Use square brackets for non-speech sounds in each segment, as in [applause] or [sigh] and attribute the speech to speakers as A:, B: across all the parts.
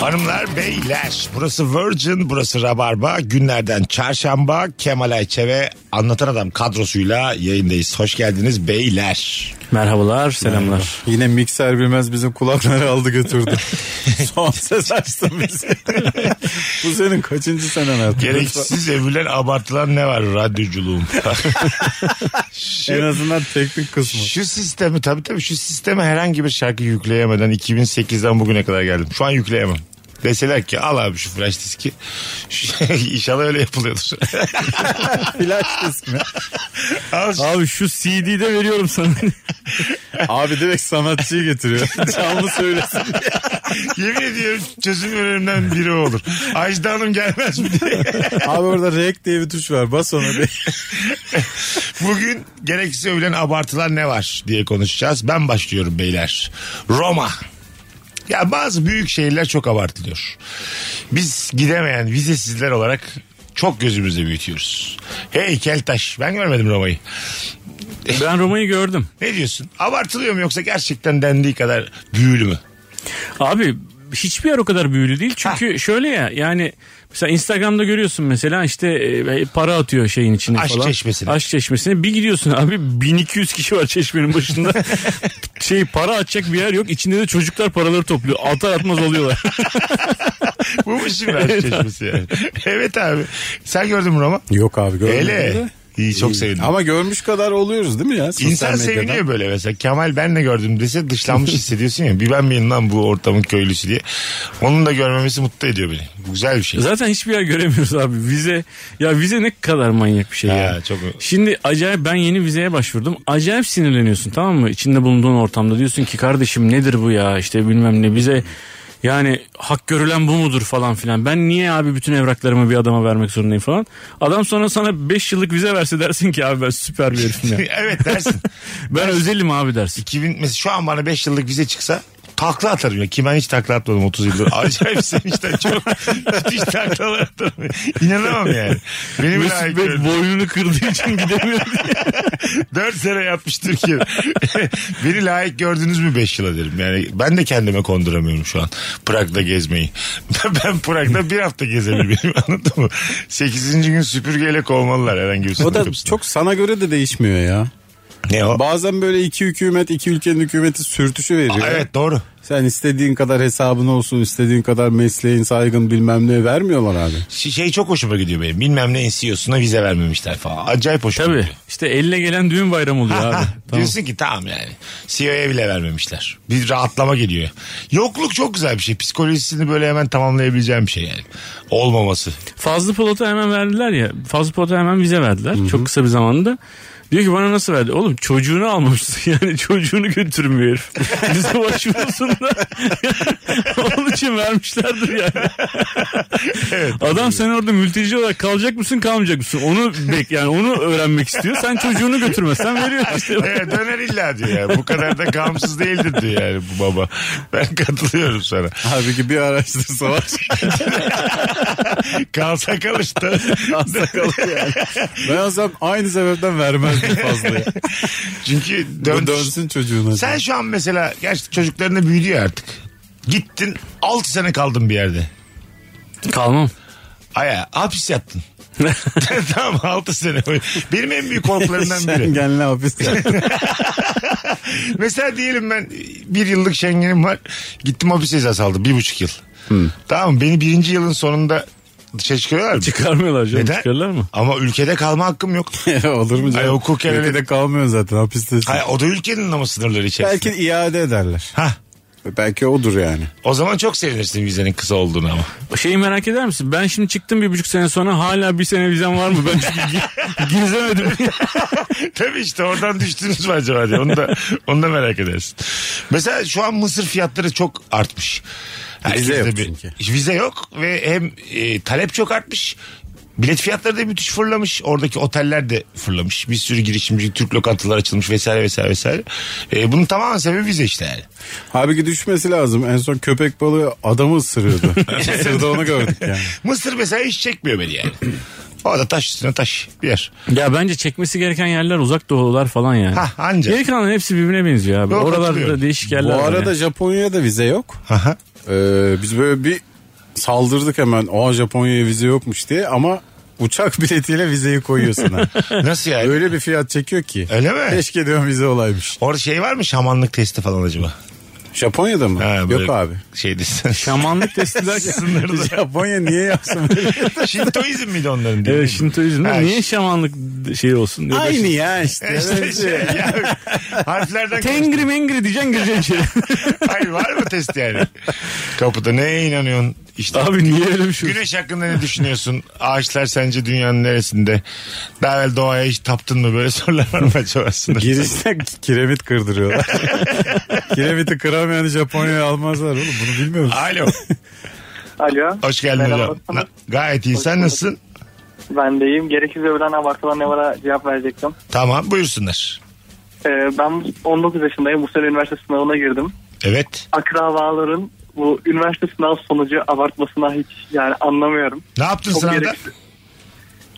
A: Hanımlar beyler burası Virgin burası Rabarba günlerden çarşamba Kemal Ayçe ve Anlatan Adam kadrosuyla yayındayız. Hoş geldiniz beyler.
B: Merhabalar, selamlar.
C: Yine mikser bilmez bizim kulakları aldı [laughs] götürdü. Son ses açtın [laughs] bizi. Bu senin kaçıncı senen artık?
A: Gereksiz övülen abartılan ne var [laughs] radyoculuğun?
C: En azından teknik kısmı.
A: Şu sistemi tabii tabii şu sisteme herhangi bir şarkı yükleyemeden 2008'den bugüne kadar geldim. Şu an yükleyemem. Deseler ki al abi şu flash diski. [laughs] İnşallah öyle yapılıyordur.
C: [laughs] Flash disk mi?
A: al şu-
B: Abi şu CD'yi de
C: [laughs]
B: veriyorum sana.
C: Abi direkt sanatçıyı getiriyor. [laughs] Canlı söylesin.
A: [laughs] yemin ediyorum çözüm önerimden biri o olur. Ajda Hanım gelmez mi diye.
C: Abi orada rek diye bir tuş var. Bas ona bir.
A: Bugün gereksiz övülen abartılar ne var diye konuşacağız. Ben başlıyorum beyler. Roma. Ya bazı büyük şehirler çok abartılıyor. Biz gidemeyen vizesizler olarak çok gözümüzde büyütüyoruz. Heykel taş. Ben görmedim Roma'yı.
B: Ben Roma'yı gördüm.
A: Ne diyorsun? Abartılıyor mu yoksa gerçekten dendiği kadar büyülü mü?
B: Abi hiçbir yer o kadar büyülü değil. Çünkü şöyle ya yani mesela Instagram'da görüyorsun mesela işte e, para atıyor şeyin içine
A: Aşk
B: falan.
A: çeşmesine.
B: Aşk çeşmesine. Bir gidiyorsun abi 1200 kişi var çeşmenin başında.
C: [laughs]
B: şey para atacak bir yer yok. İçinde de çocuklar paraları topluyor. Atar atmaz oluyorlar.
A: [laughs] Bu mu şimdi aşk çeşmesi yani? Evet abi. Sen gördün mü Roma?
C: [laughs] Yok abi görmedim
A: Hele.
C: de.
A: İyi çok sevindim.
C: Ama görmüş kadar oluyoruz değil mi ya? sosyal
A: İnsan
C: medyadan?
A: seviniyor böyle mesela. Kemal ben de gördüm dese dışlanmış hissediyorsun ya. Bir ben miyim lan bu ortamın köylüsü diye. Onun da görmemesi mutlu ediyor beni. Bu güzel bir şey.
B: Zaten hiçbir yer göremiyoruz abi. Vize ya vize ne kadar manyak bir şey
A: Ha,
B: ya.
A: çok-
B: Şimdi acayip ben yeni vizeye başvurdum. Acayip sinirleniyorsun tamam mı? İçinde bulunduğun ortamda diyorsun ki kardeşim nedir bu ya işte bilmem ne bize yani hak görülen bu mudur falan filan. Ben niye abi bütün evraklarımı bir adama vermek zorundayım falan. Adam sonra sana 5 yıllık vize verse dersin ki abi ben süper bir herifim
A: [laughs]
B: ya.
A: [laughs] evet dersin.
B: Ben özelim abi dersin.
A: 2000, mesela şu an bana 5 yıllık vize çıksa takla atarım ya. Ki ben hiç takla atmadım 30 yıldır. Acayip sevinçten çok müthiş taklalar atarım. İnanamam yani. Benim bile
B: Mesut Bey
A: aykırı.
B: boynunu kırdığı
A: [laughs]
B: için gidemiyor.
A: 4 sene yapmış Türkiye. Beni layık gördünüz mü 5 yıla derim. Yani ben de kendime konduramıyorum şu an. Prag'da gezmeyi. Ben Prag'da bir hafta gezemiyorum. [laughs] Anladın mı? 8. gün süpürgeyle kovmalılar herhangi bir sınır
C: O da
A: kapısına.
C: çok sana göre de değişmiyor ya.
A: Ne o?
C: Bazen böyle iki hükümet iki ülkenin hükümeti sürtüşü veriyor.
A: Evet doğru.
C: Sen istediğin kadar hesabın olsun, istediğin kadar mesleğin, saygın bilmem ne vermiyorlar abi.
A: Ş- Şey çok hoşuma gidiyor benim. Bilmem ne NCO'suna vize vermemişler falan. Acayip hoşuma
B: Tabii
A: gidiyor.
B: işte elle gelen düğün bayramı oluyor
A: [laughs]
B: abi. Tamam.
A: Diyorsun ki tamam yani. CEO'ya bile vermemişler. Bir rahatlama geliyor. Yokluk çok güzel bir şey. Psikolojisini böyle hemen tamamlayabileceğim bir şey yani. Olmaması.
B: Fazlı Polat'a hemen verdiler ya. Fazlı Polat'a hemen vize verdiler. Çok kısa bir zamanda. Diyor ki bana nasıl verdi? Oğlum çocuğunu almamışsın [laughs] yani çocuğunu götürmüyor herif. Vize başvurusunda [laughs] onun için vermişlerdir yani. Adam sen orada mülteci olarak kalacak mısın kalmayacak mısın? Onu bek yani onu öğrenmek istiyor. Sen çocuğunu götürmezsen veriyor işte.
A: Evet döner illa diyor ya. Bu kadar da gamsız değildir diyor yani bu baba. Ben katılıyorum sana.
C: Halbuki bir araştırsa var.
A: Kalsa kal işte.
C: [laughs] ben olsam aynı sebepten vermezdim fazla. ya.
A: Çünkü dön...
C: Bu [laughs] dönsün çocuğuna.
A: Sen şu an mesela gerçi çocukların da büyüdü ya artık. Gittin 6 sene kaldın bir yerde.
B: Kalmam.
A: Aya hapis
C: [laughs]
A: yattın. tamam 6 sene. Benim en büyük korkularımdan biri.
C: Şengenli hapis. [laughs]
A: Mesela diyelim ben bir yıllık Schengen'im var. Gittim hapis cezası aldım bir buçuk yıl.
C: Hmm.
A: Tamam mı? beni birinci yılın sonunda dışarı çıkarıyorlar mı?
B: Çıkarmıyorlar canım. Çıkarırlar mı?
A: Ama ülkede kalma hakkım yok.
C: Olur mu
A: Ay,
C: canım?
A: hukuken öyle-
C: Ülkede kalmıyorsun zaten hapiste.
A: Hayır, o da ülkenin ama sınırları içerisinde.
C: Belki iade ederler.
A: Hah,
C: Belki odur yani.
A: o zaman çok sevinirsin vizenin kısa olduğunu ama. [laughs]
B: Şeyi merak eder misin? Ben şimdi çıktım bir buçuk sene sonra hala bir sene vizem var mı? Ben çünkü gi- [laughs] gezemedim.
A: Tabii işte oradan düştünüz mü acaba diye. Onu da, onu da merak edersin. Mesela şu an mısır fiyatları çok artmış. Herkes
C: Vize
A: de
C: yok çünkü.
A: Vize yok ve hem e, talep çok artmış. Bilet fiyatları da müthiş fırlamış. Oradaki oteller de fırlamış. Bir sürü girişimci Türk lokantalar açılmış vesaire vesaire vesaire. E, bunun tamamen sebebi vize işte yani.
C: Halbuki düşmesi lazım. En son köpek balığı adamı ısırıyordu. [laughs] Isırdı onu gördük yani.
A: Mısır mesela hiç çekmiyor beni yani. O da taş üstüne taş bir yer.
B: Ya bence çekmesi gereken yerler uzak doğular falan yani.
A: Hah, anca.
B: Geri kalanların hepsi birbirine benziyor abi.
A: Doğru,
B: Oralarda
A: katılıyorum.
B: da değişik
C: Bu
B: yerler var
C: arada
B: yani.
C: Japonya'da vize yok.
A: Aha.
C: Ee, biz böyle bir saldırdık hemen. Aa Japonya'ya vize yokmuş diye ama uçak [laughs] biletiyle vizeyi koyuyorsun. ha.
A: Nasıl yani?
C: Öyle bir fiyat çekiyor ki.
A: Öyle mi?
C: Keşke diyorum vize olaymış.
A: Orada şey var mı şamanlık testi falan acaba?
C: Japonya'da mı?
A: Ha, böyle şey
C: Yok abi.
A: [laughs] Şeydi. [laughs]
B: Şamanlık testi derken.
C: Japonya niye yapsın? böyle?
A: Şintoizm miydi onların? değil mi?
B: evet Şintoizm
A: Ha,
B: de niye şamanlık şey olsun? diyor.
C: Aynı ya
A: [laughs]
C: işte.
A: İşte şey, ya, harflerden
B: Tengri mengri diyeceksin gireceksin içeri.
C: [laughs]
A: Hayır var mı test yani? Kapıda neye inanıyorsun? İşte
B: abi niye öyle bir şey olsun?
A: güneş hakkında ne düşünüyorsun? Ağaçlar sence dünyanın neresinde? Daha evvel doğaya hiç taptın mı? Böyle [laughs] sorular var mı acaba aslında?
C: Girişte kiremit
A: [laughs]
C: kırdırıyorlar. Kiremiti kıramayanı Japonya'ya almazlar oğlum. Bunu bilmiyor musun?
A: Alo.
D: Alo.
A: Hoş geldin
D: Merhaba,
A: hocam.
D: nasılsınız?
A: Na- gayet iyi. Sen nasılsın?
D: Ben deyim. Gerekirse ölen abartılan ne vara cevap verecektim.
A: Tamam buyursunlar.
D: Ee, ben 19 yaşındayım. Bu sene üniversite sınavına girdim.
A: Evet.
D: Akrabaların bu üniversite sınav sonucu abartmasına hiç yani anlamıyorum.
A: Ne yaptın
D: Çok
A: sınavda?
D: gereksiz.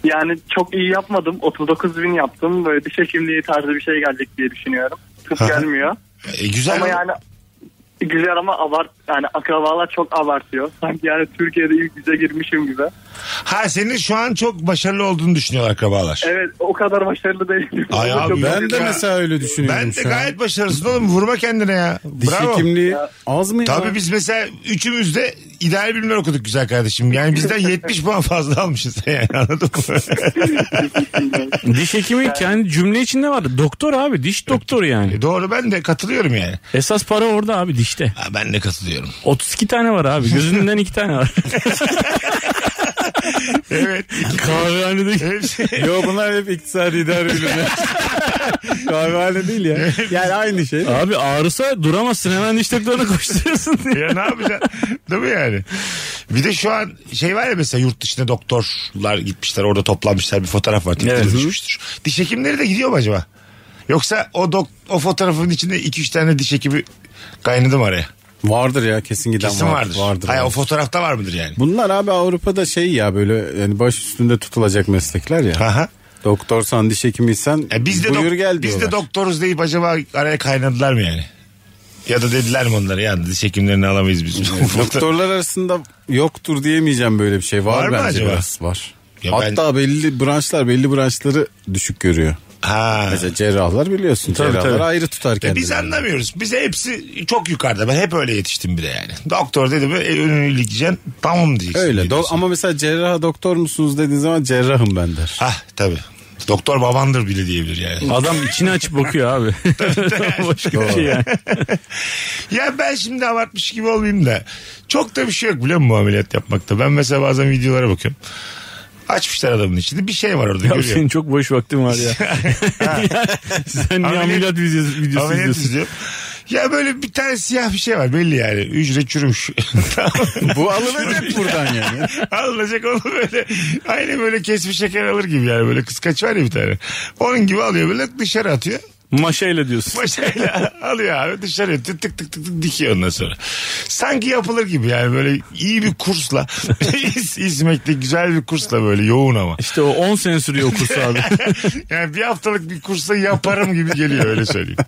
D: Yani çok iyi yapmadım. 39 bin yaptım. Böyle diş hekimliği tarzı bir şey gelecek diye düşünüyorum. Kız
A: Aha.
D: gelmiyor.
A: E, güzel.
D: Ama
A: mi?
D: yani güzel ama abart yani akrabalar çok abartıyor. Sanki yani Türkiye'de ilk bize girmişim gibi.
A: Ha senin şu an çok başarılı olduğunu düşünüyorlar akrabalar.
D: Evet o kadar başarılı değilim.
A: Ay
D: Ama
A: abi,
D: [laughs] çok
C: Ben de
D: üzüldüm.
C: mesela öyle düşünüyorum
A: Ben de
C: şu an.
A: gayet başarılısın oğlum. Vurma kendine ya.
C: Diş
A: Bravo.
C: hekimliği az mı ya?
A: Tabii biz mesela üçümüz de ideal bilimler okuduk güzel kardeşim. Yani
D: [laughs]
A: bizden 70 puan fazla almışız yani anladın mı?
B: [laughs] Diş hekimi kendi cümle içinde var. Doktor abi diş doktoru yani.
A: E Doğru ben de katılıyorum yani.
B: Esas para orada abi dişte.
A: Ha, ben de katılıyorum.
B: 32 tane var abi. Gözünden 2
C: [laughs]
B: tane var.
A: Evet.
B: Kahvehanede
A: Hepsi
C: Yo bunlar hep iktisadi
A: [laughs]
C: idare ürünü. Kahvehane değil ya. Yani aynı şey.
B: Abi ağrısa duramazsın hemen diş doktoruna koşturuyorsun
A: [laughs]
B: diye.
A: ya ne yapacaksın? Değil mi yani? Bir de şu an şey var ya mesela yurt dışına doktorlar gitmişler orada toplanmışlar bir fotoğraf var. Twitter'a
B: Evet.
A: düşmüştür. Diş hekimleri de gidiyor mu acaba? Yoksa o dok o fotoğrafın içinde 2-3 tane diş hekimi kaynadı mı araya?
C: Vardır ya kesin giden
A: Kesin
C: var-
A: vardır.
C: Vardır.
A: Hayır, o
C: vardır.
A: fotoğrafta var mıdır yani?
C: Bunlar abi Avrupa'da şey ya böyle yani baş üstünde tutulacak meslekler ya.
A: Aha.
C: Doktorsan diş hekimiysen
A: E biz de,
C: buyur
A: dok-
C: gel
A: biz
C: diyorlar.
A: de doktoruz deyip acaba araya kaynadılar mı yani? Ya da dediler mi onlara yani diş hekimlerini alamayız biz.
C: Doktorlar arasında yoktur diyemeyeceğim böyle bir şey. Var,
A: Var mı
C: bence
A: acaba?
C: biraz. Var.
A: Ya
C: Hatta belli branşlar belli branşları düşük görüyor.
A: ha.
C: Mesela cerrahlar biliyorsun
B: Tabii,
C: cerrahlar
B: tabii.
C: ayrı tutar
A: E
C: kendini.
A: biz anlamıyoruz. Bize hepsi çok yukarıda. Ben hep öyle yetiştim bir de yani. Doktor dedi mi e, önünü ilikeceksin. Tamam diyeceksin.
C: Öyle do-
A: Diyorsun.
C: ama mesela cerrah doktor musunuz dediğin zaman cerrahım ben der.
A: Hah tabii. Doktor babandır bile diyebilir yani.
B: Adam içini açıp bakıyor abi. Başka bir şey yani.
A: ya ben şimdi abartmış gibi olmayayım da. Çok da bir şey yok biliyor musun bu ameliyat yapmakta. Ben mesela bazen videolara bakıyorum. Açmışlar adamın içinde. Bir şey var orada
B: Ya
A: görüyorum.
B: senin çok boş vaktin var ya. Sen niye ameliyat videosu, videosu
A: Ameliyat
B: izliyorsun?
A: izliyorum. Ya böyle bir tane siyah bir şey var belli yani. Hücre
C: [laughs]
A: çürümüş.
C: Bu alınacak [laughs] buradan yani.
A: [laughs] Alınacak onu böyle. Aynı böyle kesmiş şeker alır gibi yani. Böyle kıskaç var ya bir tane. Onun gibi alıyor böyle dışarı atıyor.
B: Maşayla diyorsun.
A: Başıyla [laughs] alıyor abi dışarı atıyor. Tık tık tık tık dikiyor ondan sonra. Sanki yapılır gibi yani böyle iyi bir kursla. [laughs] İz- İzmit'te güzel bir kursla böyle yoğun ama.
B: İşte o 10 sene sürüyor o kurs abi.
A: Yani bir haftalık bir kursa yaparım gibi geliyor öyle söyleyeyim.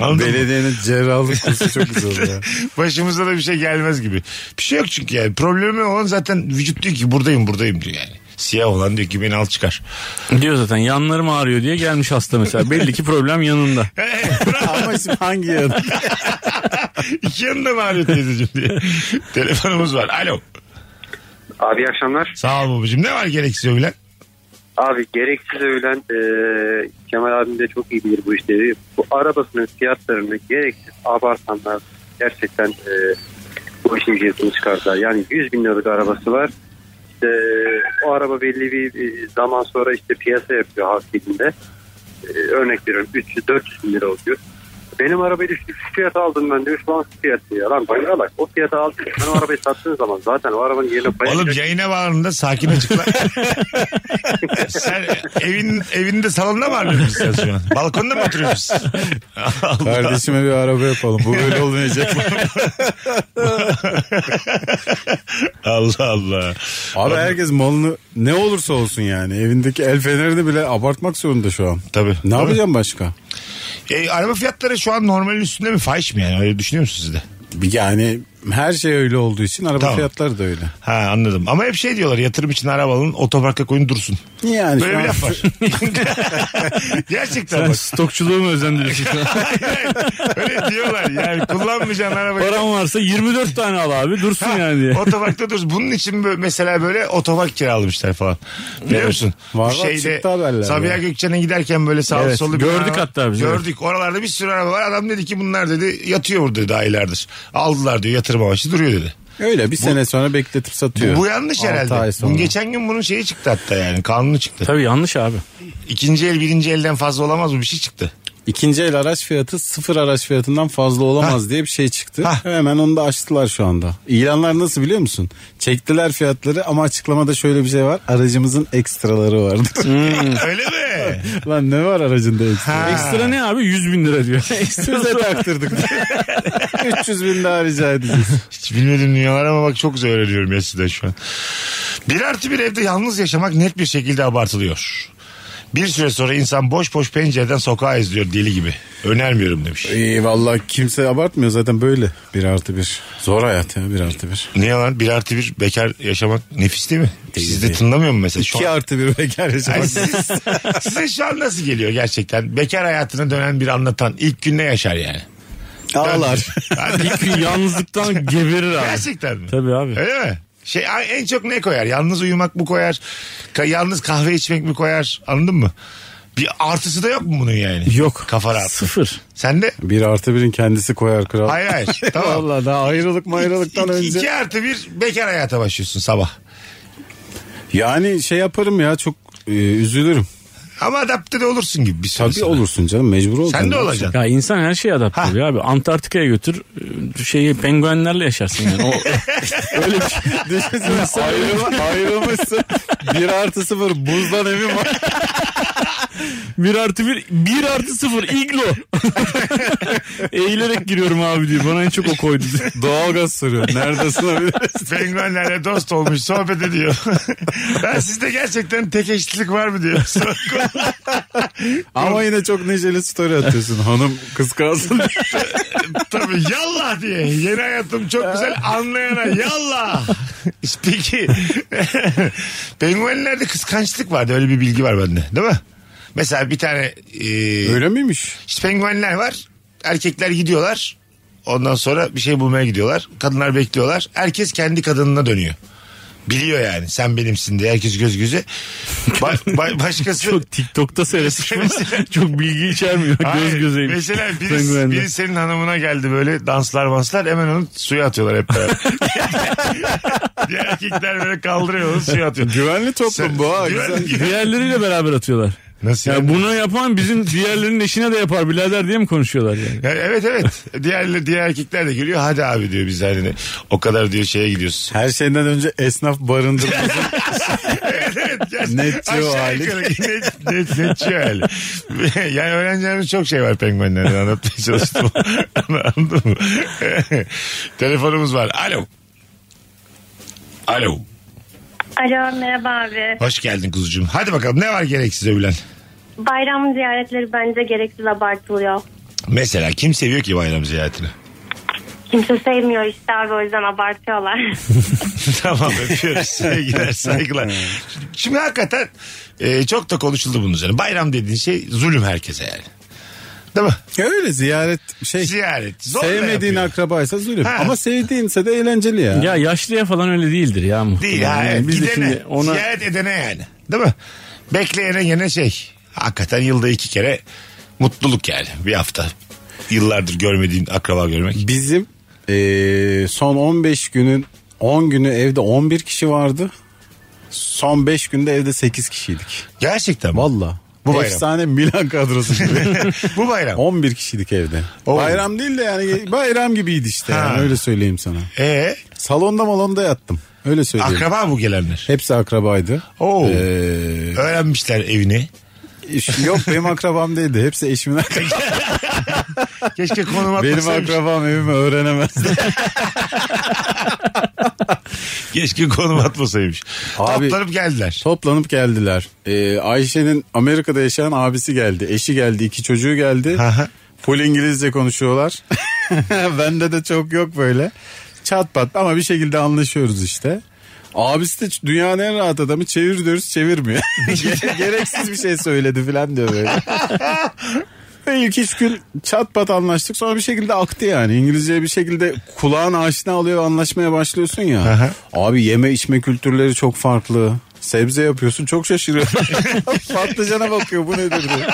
A: Anladın mı?
C: Belediyenin cerrahlık kursu çok güzel olur ya.
A: Başımıza da bir şey gelmez gibi. Bir şey yok çünkü yani. Problemi olan zaten vücut diyor ki buradayım buradayım diyor yani. Siyah olan diyor ki beni al çıkar. [laughs]
B: Diyor zaten yanlarım ağrıyor diye gelmiş hasta mesela. Belli ki problem yanında.
C: Ama şimdi
A: [laughs]
C: hangi yanı?
A: İki yanında mı ağrıyor teyzeciğim
B: [laughs]
A: diye. Telefonumuz var. Alo.
E: Abi iyi akşamlar.
A: Sağ ol babacığım. Ne var gereksiz övülen?
E: Abi gereksiz övülen e, Kemal abim de çok iyi bilir bu işleri. Bu arabasının fiyatlarını gereksiz abartanlar gerçekten e, bu işin cihazını çıkardılar. Yani 100 bin liralık arabası var. İşte, o araba belli bir e, zaman sonra işte piyasa yapıyor halk dilinde. E, örnek veriyorum 300-400 bin lira oluyor. Benim arabayı düştük şu fiyata aldım ben demiş. Lan şu fiyatı ya. Lan bayılak. O fiyata aldım. Benim arabayı sattığın zaman zaten o arabanın yerine
A: Oğlum
E: bayılacak.
A: yayına bağlandığında sakin
B: [laughs]
A: açıkla. sen evin, evinde salonda mı ağırlıyorsun sen şu an? Balkonda mı
B: [laughs]
A: oturuyorsun? Allah.
C: Kardeşime bir araba yapalım. Bu böyle olmayacak.
A: Allah Allah.
C: Abi herkes malını ne olursa olsun yani. Evindeki el fenerini bile abartmak zorunda şu an.
A: Tabii.
C: Ne
A: Tabii.
C: yapacağım başka?
A: E, araba fiyatları şu an normalin üstünde mi? Fahiş mi yani? Öyle düşünüyor musunuz siz de?
C: Yani her şey öyle olduğu için araba
A: Tamam.
C: fiyatları da öyle.
A: Ha anladım. Ama hep şey diyorlar yatırım için araba alın otoparka koyun dursun.
C: Yani
A: Böyle
C: şu
A: bir
C: an-
A: laf var. [laughs] Gerçekten
B: [laughs] Sen
A: bak.
B: stokçuluğu mu özendiriyorsun?
A: Öyle diyorlar yani kullanmayacağın araba.
B: Param varsa 24 tane al abi dursun yani diye.
A: Otoparkta dur. Bunun için böyle, mesela böyle otopark kiralamışlar falan. Biliyor musun?
C: Var
A: Bu
C: var, çıktı haberler
A: Sabiha
C: ya.
A: Gökçen'e giderken böyle sağlı
B: Evet,
A: sollu bir
B: gördük
A: araba-
B: hatta biz,
A: Gördük. Oralarda bir sürü araba var. Adam dedi ki bunlar dedi yatıyor burada daha aylardır. Aldılar diyor yatırım amaçlı duruyor dedi.
C: Öyle bir sene sonra bekletip satıyor.
A: Bu, bu yanlış
C: Altı
A: herhalde.
C: ay
A: Bunun
C: sonra.
A: geçen gün bunun şeyi çıktı hatta yani kanunu çıktı.
B: Tabii yanlış abi.
A: İkinci el birinci elden fazla olamaz mı bir şey çıktı.
C: İkinci el araç fiyatı sıfır araç fiyatından fazla olamaz diye bir şey çıktı.
A: Hah.
C: Hemen onu da açtılar şu anda. İlanlar nasıl biliyor musun? Çektiler fiyatları ama açıklamada şöyle bir şey var. Aracımızın ekstraları vardı. [laughs]
A: Öyle mi?
C: Lan ne var aracında ekstra?
B: Ekstra ne abi 100 bin lira diyor.
C: Size [laughs] taktırdık. 300 bin daha rica edeceğiz.
A: Hiç bilmediğim dünyalar ama bak çok güzel öğreniyorum ya sizden şu an. Bir artı bir evde yalnız yaşamak net bir şekilde abartılıyor. Bir süre sonra insan boş boş pencereden sokağa izliyor deli gibi. Önermiyorum demiş.
C: İyi vallahi kimse abartmıyor zaten böyle. Bir artı bir. Zor hayat ya bir artı bir.
A: Niye lan? Bir artı bir bekar yaşamak nefis değil mi? Siz de
C: değil.
A: tınlamıyor mu mesela? E, Şu [laughs]
C: İki
A: an...
C: artı bir bekar
A: Ay,
C: yaşamak.
A: siz- size şu an nasıl geliyor gerçekten? Bekar hayatına dönen bir anlatan ilk gün ne yaşar yani?
C: Ağlar.
A: Hadi. [laughs]
B: İlk gün yalnızlıktan geberir abi.
A: Gerçekten mi?
B: Tabii abi.
A: Öyle mi? Şey en çok ne koyar? Yalnız uyumak mı koyar? Ka- yalnız kahve içmek mi koyar? Anladın mı? Bir artısı da yok mu bunun yani?
B: Yok.
A: Kafa rahat.
B: Sıfır.
A: Sen de?
C: Bir artı birin kendisi koyar kral.
A: Hayır
C: [laughs]
A: hayır. tamam.
C: Vallahi daha ayrılık mayrılıktan
A: İki,
C: önce.
A: iki artı bir bekar hayata başlıyorsun sabah.
C: Yani şey yaparım ya çok e, üzülürüm.
A: Ama adapte de olursun gibi bir süre
C: Tabii
A: sonra.
C: olursun canım mecbur olacaksın.
A: Sen de
C: [laughs]
A: olacaksın.
B: Ya insan her şeye adapte
A: Ha.
B: oluyor abi. Antarktika'ya götür şeyi penguenlerle yaşarsın yani. O,
A: [laughs]
B: öyle bir şey.
C: Düşünsene ayrıl- ayrılmışsın. Bir artı sıfır buzdan evim var.
B: Bir artı bir, bir artı
A: [laughs]
B: sıfır iglo. Eğilerek giriyorum abi diyor. Bana en çok o koydu.
A: [laughs]
C: Doğalgaz soruyor. Neredesin abi?
A: Penguenlerle dost olmuş sohbet ediyor. [laughs] ben sizde gerçekten tek eşitlik var mı diyor.
C: [laughs] Ama yine çok neşeli story atıyorsun. Hanım
A: [laughs]
C: kıskansın.
A: Tabii yallah diye. Yeni hayatım çok güzel anlayana yallah. İşte Peki. Penguenlerde kıskançlık vardı. Öyle bir bilgi var bende. Değil mi? Mesela bir tane e,
C: Öyle miymiş?
A: işte penguenler var. Erkekler gidiyorlar. Ondan sonra bir şey bulmaya gidiyorlar. Kadınlar bekliyorlar. Herkes kendi kadınına dönüyor. Biliyor yani sen benimsin diye herkes göz göze. Ba- ba- başkası [laughs]
B: Çok TikTok'ta seyretmiş mi? Çok bilgi içermiyor.
A: Hayır,
B: Göz gözeymiş.
A: Mesela birisi,
B: Penguenler.
A: biri senin hanımına geldi böyle danslar manslar hemen onu suya atıyorlar hep beraber. [laughs] Diğer erkekler böyle kaldırıyor onu suya atıyor. [laughs]
C: Güvenli toplum bu ha.
A: Güven-
C: Güzel.
B: Diğerleriyle beraber atıyorlar.
A: Nasıl
B: Ya
A: yani?
B: bunu yapan bizim diğerlerinin eşine de yapar birader diye mi konuşuyorlar yani?
A: Ya evet evet. Diğer, diğer erkekler de geliyor. Hadi abi diyor biz hani o kadar diyor şeye gidiyoruz.
C: Her şeyden önce esnaf barındır. [laughs]
A: evet. gerçi-
C: Netçi o
A: aşağı
C: hali.
A: yukarı Net, net, netçi o hali. [laughs] yani öğreneceğimiz çok şey var penguenlerden anlatmaya çalıştım. [laughs] Anladın mı? [laughs] Telefonumuz var. Alo. Alo.
F: Alo merhaba abi.
A: Hoş geldin kuzucuğum. Hadi bakalım ne var gereksiz övülen?
F: Bayram ziyaretleri bence gereksiz abartılıyor.
A: Mesela kim seviyor ki bayram ziyaretini?
F: Kimse sevmiyor işte abi o yüzden abartıyorlar.
A: [laughs] tamam [laughs] öpüyoruz. Sevgiler saygılar. Şimdi hakikaten e, çok da konuşuldu bunun üzerine. Bayram dediğin şey zulüm herkese yani. Değil mi?
C: Öyle ziyaret şey.
A: Ziyaret. Zorla
C: Sevmediğin
A: yapıyor.
C: akrabaysa zulüm.
A: Ha.
C: Ama sevdiğinse de eğlenceli ya.
B: Ya yaşlıya falan öyle değildir ya muhtemelen.
A: Değil ha.
B: Yani
A: evet.
B: biz de
A: Gidene,
B: şimdi ona
A: ziyaret edene yani. Değil mi? Bekleyene yine şey. Hakikaten yılda iki kere mutluluk yani. Bir hafta. Yıllardır görmediğin akraba görmek.
C: Bizim eee, son 15 günün 10 günü evde 11 kişi vardı. Son 5 günde evde 8 kişiydik.
A: Gerçekten mi?
C: Valla.
A: Bu bayram.
C: Efsane Milan
A: [laughs]
C: kadrosu gibi.
A: Bu bayram.
C: 11 kişilik evde.
A: Oo.
C: Bayram değil de yani bayram gibiydi işte.
A: Ha.
C: Yani, öyle söyleyeyim sana.
A: Ee,
C: Salonda malonda yattım. Öyle söyleyeyim.
A: akraba bu gelenler.
C: Hepsi akrabaydı.
A: Oo.
C: Ee,
A: Öğrenmişler evini.
C: iş- yok [laughs] benim akrabam değildi. Hepsi eşimin akrabası.
A: Keşke konum
C: benim
A: atmasaymış.
C: akrabam evimi öğrenemezdi.
A: Keşke konum atmasaymış.
C: Abi-
A: Toplanıp geldiler.
C: [laughs] Toplanıp geldiler. Ee, Ayşe'nin Amerika'da yaşayan abisi geldi. Eşi geldi. iki çocuğu geldi.
A: Aha.
C: Full İngilizce konuşuyorlar. [laughs] Bende de çok yok böyle. Çat pat ama bir şekilde anlaşıyoruz işte. Abisi de dünyanın en rahat adamı çevir diyoruz [laughs] çevirmiyor. Ge- Gereksiz bir şey söyledi falan diyor böyle. Ve ilk üç gün çat pat anlaştık sonra bir şekilde aktı yani. İngilizceye bir şekilde kulağın aşina oluyor anlaşmaya başlıyorsun ya.
A: Aha.
C: Abi yeme içme kültürleri çok farklı. Sebze yapıyorsun çok şaşırıyor. [laughs] Patlıcana bakıyor bu nedir diyor.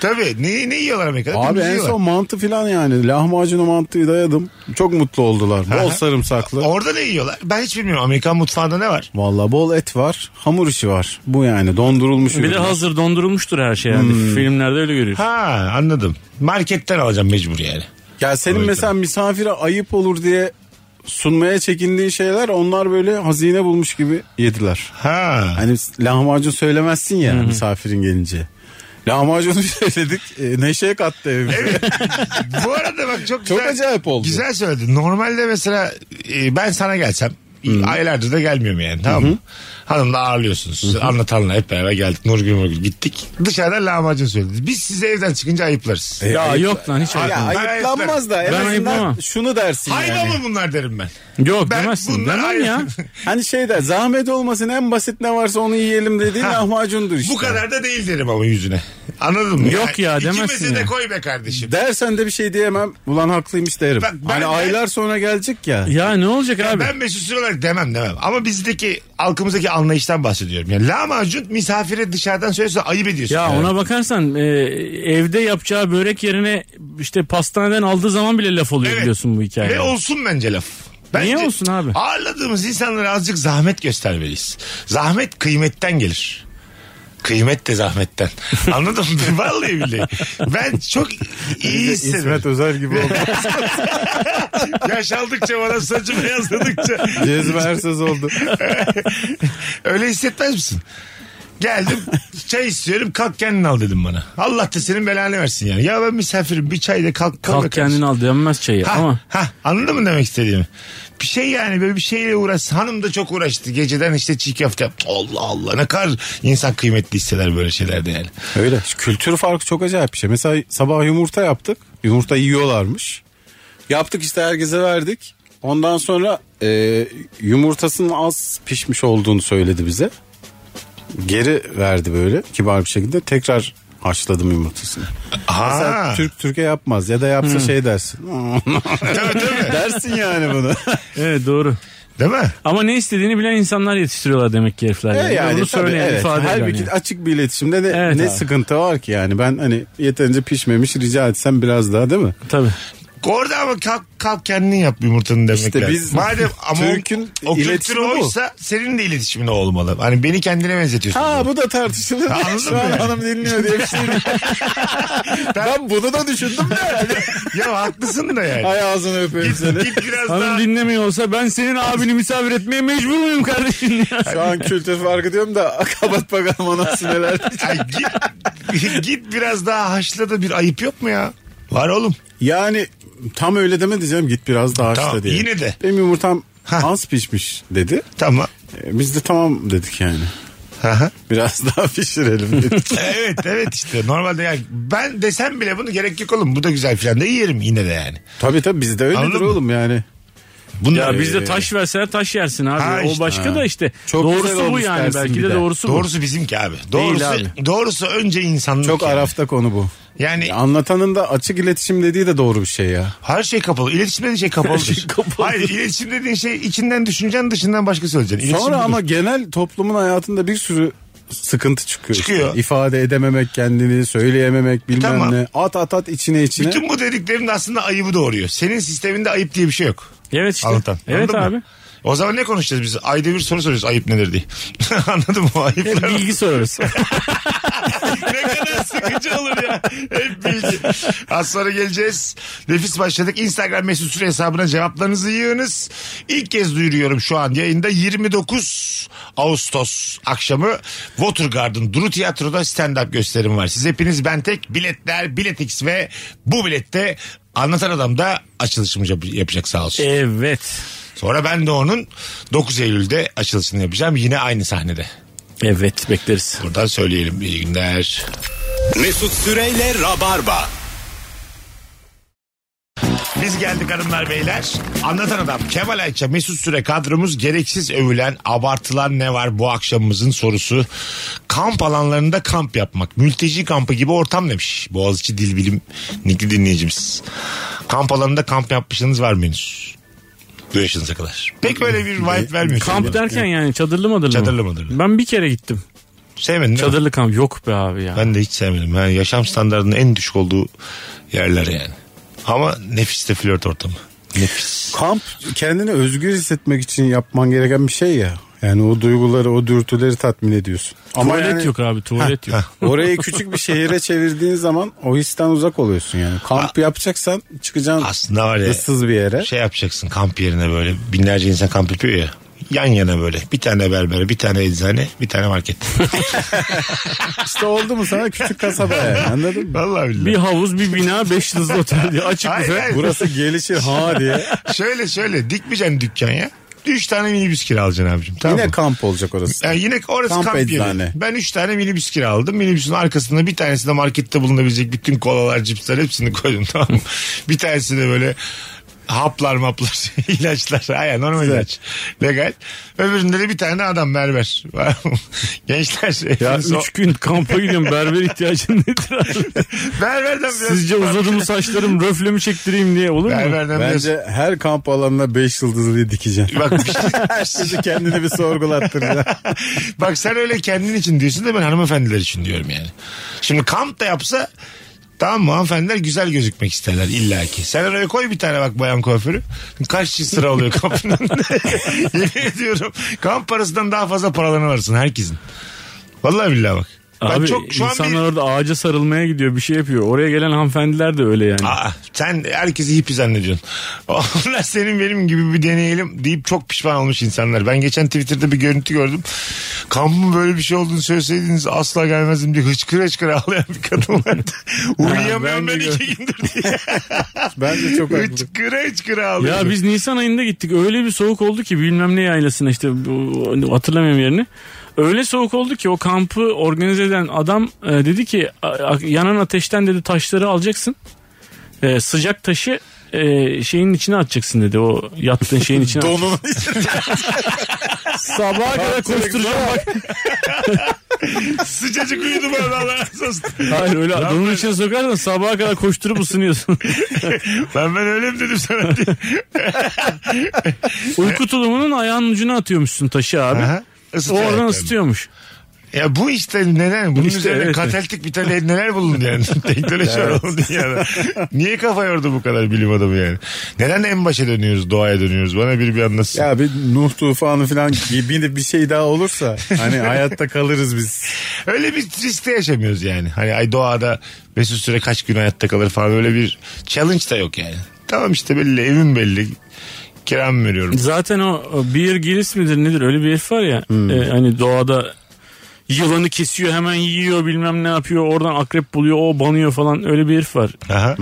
A: Tabii. Ne, ne yiyorlar Amerika'da?
C: Abi
A: Dümdüz
C: en
A: yiyorlar.
C: son mantı filan yani. Lahmacun o mantıyı dayadım. Çok mutlu oldular. Bol
A: Aha.
C: sarımsaklı.
A: Orada ne yiyorlar? Ben hiç bilmiyorum. Amerikan mutfağında ne var?
C: Valla bol et var. Hamur işi var. Bu yani dondurulmuş.
B: Bir
C: ürün.
B: de hazır dondurulmuştur her şey yani. Filmlerde öyle görüyorsun.
A: Ha anladım. Marketten alacağım mecbur yani.
C: Ya senin
A: Öyle.
C: mesela misafire ayıp olur diye sunmaya çekindiğin şeyler onlar böyle hazine bulmuş gibi yediler. [laughs]
A: Ha.
C: Hani lahmacun söylemezsin ya misafirin gelince. Lahmacunu [laughs] söyledik. E, neşeye kattı evi.
A: Bu arada bak çok güzel.
C: Çok acayip oldu.
A: Güzel söyledin. Normalde mesela e, ben sana gelsem e, aylardır da gelmiyorum yani tamam mı? Hanımla ağırlıyorsunuz. Anlatanla hep beraber geldik. Nurgül Nurgül gittik. Dışarıda lahmacun söyledik. Biz sizi evden çıkınca
C: E,
A: ayıplarız.
B: Ya yok lan hiç
C: Ya
B: ayıplamam.
C: ayıplanmaz da en
B: Ben
C: azından
B: ayıplamam.
C: şunu dersin
A: Hayvan
C: yani.
A: mı bunlar derim ben.
B: Yok
A: Ben
B: demezsin.
A: bunlar-
B: Demem ya.
C: Hani şey de zahmet olmasın en basit ne varsa onu yiyelim dediğin
A: Ha.
C: lahmacundur işte.
A: Bu kadar da değil derim ama yüzüne. Anladın mı?
B: Yok ya, demezsin
A: İkimizi de
B: ya.
A: koy be kardeşim.
C: Dersen de bir şey diyemem. Ulan haklıymış derim.
A: Bak ben-
C: hani aylar sonra gelecek ya.
B: Ya ne olacak abi?
A: Ben Mesut Süre olarak demem demem. Ama bizdeki halkımızdaki anlayıştan bahsediyorum. Yani lahmacun misafire dışarıdan söylüyorsa ayıp ediyorsun.
B: Ya
A: Evet.
B: ona bakarsan e, evde yapacağı börek yerine işte pastaneden aldığı zaman bile laf oluyor
A: Evet. E,
B: biliyorsun bu hikaye.
A: Ve olsun bence laf.
B: Niye
A: Bence
B: olsun abi?
A: Ağırladığımız insanlara azıcık zahmet göstermeliyiz. Zahmet kıymetten gelir. Kıymet de
B: [laughs]
A: zahmetten. Anladın mı? Vallahi billahi. Ben çok iyi hissediyorum.
C: İsmet Özel
A: [laughs]
C: gibi oldu.
A: Yaşaldıkça bana saçımı yazladıkça.
C: Cezbe Ersöz oldu.
A: Öyle hissetmez misin? Geldim çay istiyorum kalk kendin al dedim bana. Allah da senin belanı versin yani. Ya ben misafirim bir çay da kalk. koy be
B: Kalk kendini
A: kardeşim.
B: al denmez çayı
A: Ha,
B: ama
A: ha, anladın mı demek istediğimi? Bir şey yani böyle bir şeyle uğraş. Hanım da çok uğraştı. Geceden işte çiğ köfte yaptı. Allah Allah ne kadar insan kıymetli hisseder böyle şeylerde yani.
C: Öyle. Şu Kültür farkı çok acayip bir şey. Mesela sabah yumurta yaptık. Yumurta yiyorlarmış. Yaptık işte herkese verdik. Ondan sonra e, yumurtasının az pişmiş olduğunu söyledi bize. Geri verdi böyle kibar bir şekilde. Tekrar haşladım yumurtasını.
A: Ha,
C: Mesela Türk Türkiye yapmaz ya da yapsa şey dersin.
A: tabii, tabii.
C: dersin yani bunu.
B: evet doğru.
A: Değil mi?
B: Ama ne istediğini bilen insanlar yetiştiriyorlar demek ki herifler.
C: E
B: Yani.
C: yani
B: Onu
C: tabii,
B: söyleyen
C: evet.
B: ifade eden
C: Halbuki
B: yani.
C: açık bir iletişimde de
B: Evet
C: ne
B: abi.
C: sıkıntı var ki yani ben hani yeterince pişmemiş rica etsem biraz daha değil mi?
B: Tabii.
A: Orada ama kalk, kalk kendin yap yumurtanı demek
C: İşte
A: lazım.
C: biz- [laughs]
A: Madem ama o-
C: Türk'ün
A: o kültür
C: iletişimi bu.
A: oysa senin de iletişimin o olmalı. Hani beni kendine benzetiyorsun.
C: Ha bu da tartışılır.
A: Anladın
C: Şu
A: mı
C: an
A: yani?
C: hanım dinliyor diye bir şey değil. [laughs] ben bunu da düşündüm de yani.
A: ya haklısın da
C: [laughs]
A: yani.
C: Hay ağzını öpeyim seni.
A: Git, git biraz daha.
B: Hanım dinlemiyor olsa ben senin abini misafir etmeye mecbur muyum kardeşim? [laughs] ya?
C: Şu an kültür farkı diyorum da [laughs] kapat bakalım anası neler.
A: Ay, git, git biraz daha haşla da bir ayıp yok mu ya? Var oğlum.
C: Yani tam öyle deme diyeceğim git biraz daha
A: Tamam,
C: haşla diye.
A: yine de.
C: Benim yumurtam
A: Ha.
C: az pişmiş dedi.
A: Tamam.
C: E, Biz de tamam dedik yani.
A: Aha.
C: Biraz [laughs] daha pişirelim dedik.
A: evet evet işte normalde yani ben desem bile bunu gerek yok oğlum bu da güzel filan da yerim yine de yani.
C: [laughs] tabii tabii bizde öyledir
A: Anladın mı?
C: oğlum yani.
A: Bunlar
B: ya bizde taş verseler taş yersin abi.
A: Ha işte,
B: o başka da işte.
C: Çok güzel
B: doğrusu bu
C: olmuş
B: yani
C: dersin bir
B: belki de,
C: de.
B: doğrusu bu.
A: doğrusu bizimki abi. Doğrusu
B: abi.
A: doğrusu önce insanlık.
C: Çok
A: yani.
C: arafta konu bu.
A: Yani
C: Ya Anlatanın da açık iletişim dediği de doğru bir şey ya.
A: her şey kapalı. İletişim dediğin şey kapalı. Hayır iletişim dediğin şey içinden düşüneceksin dışından başka söyleyeceksin. İletişim
C: Sonra
A: budur.
C: ama genel toplumun hayatında bir sürü sıkıntı çıkıyor. işte.
A: Çıkıyor.
C: İfade edememek kendini, söyleyememek bilmem
A: Tamam.
C: ne. At at at içine içine.
A: bütün bu dediklerin aslında ayıbı doğuruyor. Senin sisteminde ayıp diye bir şey yok.
B: Evet işte.
A: Anlatan.
B: Evet
A: Anladın
B: abi.
A: mı? O zaman ne konuşacağız biz? Ayda bir soru soruyoruz ayıp nedir diye. [laughs] Anladın mı? Ayıplar
B: Bilgi [laughs] sorarız.
A: ne kadar sıkıcı olur ya. Hep bilgi. Az sonra geleceğiz. Nefis başladık. Instagram mesut süre hesabına cevaplarınızı yığınız. İlk kez duyuruyorum şu an yayında 29 Ağustos akşamı Watergarden Duru Tiyatro'da stand-up gösterim var. Siz hepiniz ben tek biletler, biletix ve bu bilette Anlatan Adam da açılışımı yap- yapacak sağ olsun.
B: evet.
A: Sonra ben de onun 9 Eylül'de açılışını yapacağım yine aynı sahnede.
B: Evet bekleriz.
A: Buradan söyleyelim iyi günler.
G: Mesut Süreyle Rabarba.
A: Biz geldik hanımlar beyler. Anlatan adam Kemal Ayça Mesut Süre kadromuz gereksiz övülen abartılan ne var bu akşamımızın sorusu. Kamp alanlarında kamp yapmak. Mülteci kampı gibi ortam demiş. Boğaziçi Dil Bilim nikli dinleyicimiz. Kamp alanında kamp yapmışlığınız var mı henüz? Bu yaşınıza kadar. Pek böyle bir vibe vermiyor.
B: Kamp derken yani çadırlı madırlı mı?
A: Çadırlı madırlı.
B: Ben bir kere gittim.
A: Sevmedin değil mi?
B: Çadırlı kamp yok be abi ya.
A: Ben de hiç sevmedim. Yani yaşam standartının en düşük olduğu yerler yani. Ama nefis de flört ortamı. Nefis.
C: Kamp kendini özgür hissetmek için yapman gereken bir şey ya. Yani o duyguları, o dürtüleri tatmin ediyorsun. Ama
B: tuvalet
C: yani
B: yok abi tuvalet yok.
C: orayı küçük bir şehire çevirdiğin zaman o histen uzak oluyorsun yani. Kamp yapacaksan çıkacaksın
A: Aslında var ya.
C: ıssız bir yere.
A: Şey yapacaksın kamp yerine böyle binlerce insan kamp yapıyor ya. Yan yana böyle bir tane berber, bir tane eczane, bir tane market.
C: İşte oldu mu sana küçük kasaba yani anladın
A: [laughs]
C: mı?
A: Vallahi billahi.
B: bir havuz bir bina beş yıldızlı otel diye açık
A: Hayır,
B: büfe.
A: hayır.
C: Burası gelişir ha diye.
A: Şöyle şöyle dikmeyeceksin dükkan ya. Üç tane minibüs kiralayacaksın abicim. Tamam
C: Yine
A: mı?
C: kamp olacak orası.
A: Yani yine orası
C: Kamp
A: kamp, yeri.
C: eczane.
A: Ben üç tane minibüs kiraladım. Minibüsün arkasında bir tanesinde markette bulunabilecek bütün kolalar, cipsler hepsini koydum [laughs] tamam mı? bir tanesi de böyle haplar maplar [laughs] ilaçlar. Aya normal ilaç. Legal. Öbüründe de bir tane adam berber. Var mı? [laughs] Gençler.
B: Ya
A: hepiniz o-
B: üç gün kampa gidiyorum berber ihtiyacın nedir abi?
A: Berberden biraz.
B: Sizce uzadı mı saçlarım röfle mi çektireyim diye olur mu?
A: Berberden biraz.
C: Bence her kamp alanına 5 yıldızlıyı dikeceksin.
A: Bak, bir şey-
C: Sizi kendini bir sorgulattıracaksın.
A: bak sen öyle kendin için diyorsun da ben hanımefendiler için diyorum yani. Şimdi kamp da yapsa tamam mı hanımefendiler güzel gözükmek isterler illaki. Sen oraya koy bir tane bak bayan kuaförü. Kaç kişi sıra oluyor kampın önünde. [laughs] Yemin ediyorum kamp parasından daha fazla paralarını alırsın herkesin. Vallahi billahi bak. ben
B: Abi
A: çok şu an
B: insanlar
A: bir...
B: orada ağaca sarılmaya gidiyor bir şey yapıyor. Oraya gelen hanımefendiler de öyle yani.
A: Aa, sen herkesi hippie zannediyorsun. [laughs] Onlar senin benim gibi bir deneyelim deyip çok pişman olmuş insanlar. Ben geçen Twitter'da bir görüntü gördüm. Kampın böyle bir şey olduğunu söyleseydiniz asla gelmezdim diye hıçkıra hıçkıra ağlayan bir kadın vardı. Uyuyamıyorum ben,
C: ben de
A: iki gündür diye.
C: Bence çok haklı.
A: hıçkıra hıçkıra ağlıyor.
B: Ya biz Nisan ayında gittik. Öyle bir soğuk oldu ki bilmem ne yaylasına işte bu- hatırlamıyorum yerini. Öyle soğuk oldu ki o kampı organize eden adam e, dedi ki "A- a- yanan ateşten dedi taşları alacaksın. E, sıcak taşı e, şeyin içine atacaksın dedi. O yattığın şeyin [laughs] içine. Donun Sabaha kadar koşturacağım bak.
A: Sıcacık uyudum ben Allah [laughs] razı olsun.
B: Hayır öyle donun içine sokarsan sabaha kadar koşturup [laughs] ısınıyorsun.
A: Ben ben öyle mi dedim sana diye.
B: Uyku tulumunun ayağının ucuna atıyormuşsun taşı abi.
A: Aha.
B: O
A: Isıtarak
B: oradan
A: yani.
B: ısıtıyormuş.
A: Ya bu işte neden? Bunun
B: İşte
A: üzerine
B: evet.
A: katalytik bir tane neler bulundu
C: [laughs]
A: yani. Teknoloji var oğlum dünyada. Niye kafa yordu bu kadar bilim adamı yani? Neden en başa dönüyoruz, doğaya dönüyoruz? Bana bir bir anlatsın.
C: Ya bir Nuh tufanı falan gibi de bir şey daha olursa hani hayatta kalırız biz.
A: Öyle bir riskte yaşamıyoruz yani. Hani ay doğada Mesut Süre kaç gün hayatta kalır falan öyle bir challenge da yok yani. Tamam işte belli, evim belli. Kiram veriyorum.
B: Zaten o o Beer Grylls midir nedir öyle bir herif var ya. E, hani doğada yılanı kesiyor hemen yiyor bilmem ne yapıyor. Oradan akrep buluyor o banıyor falan öyle bir herif var.
A: Aha.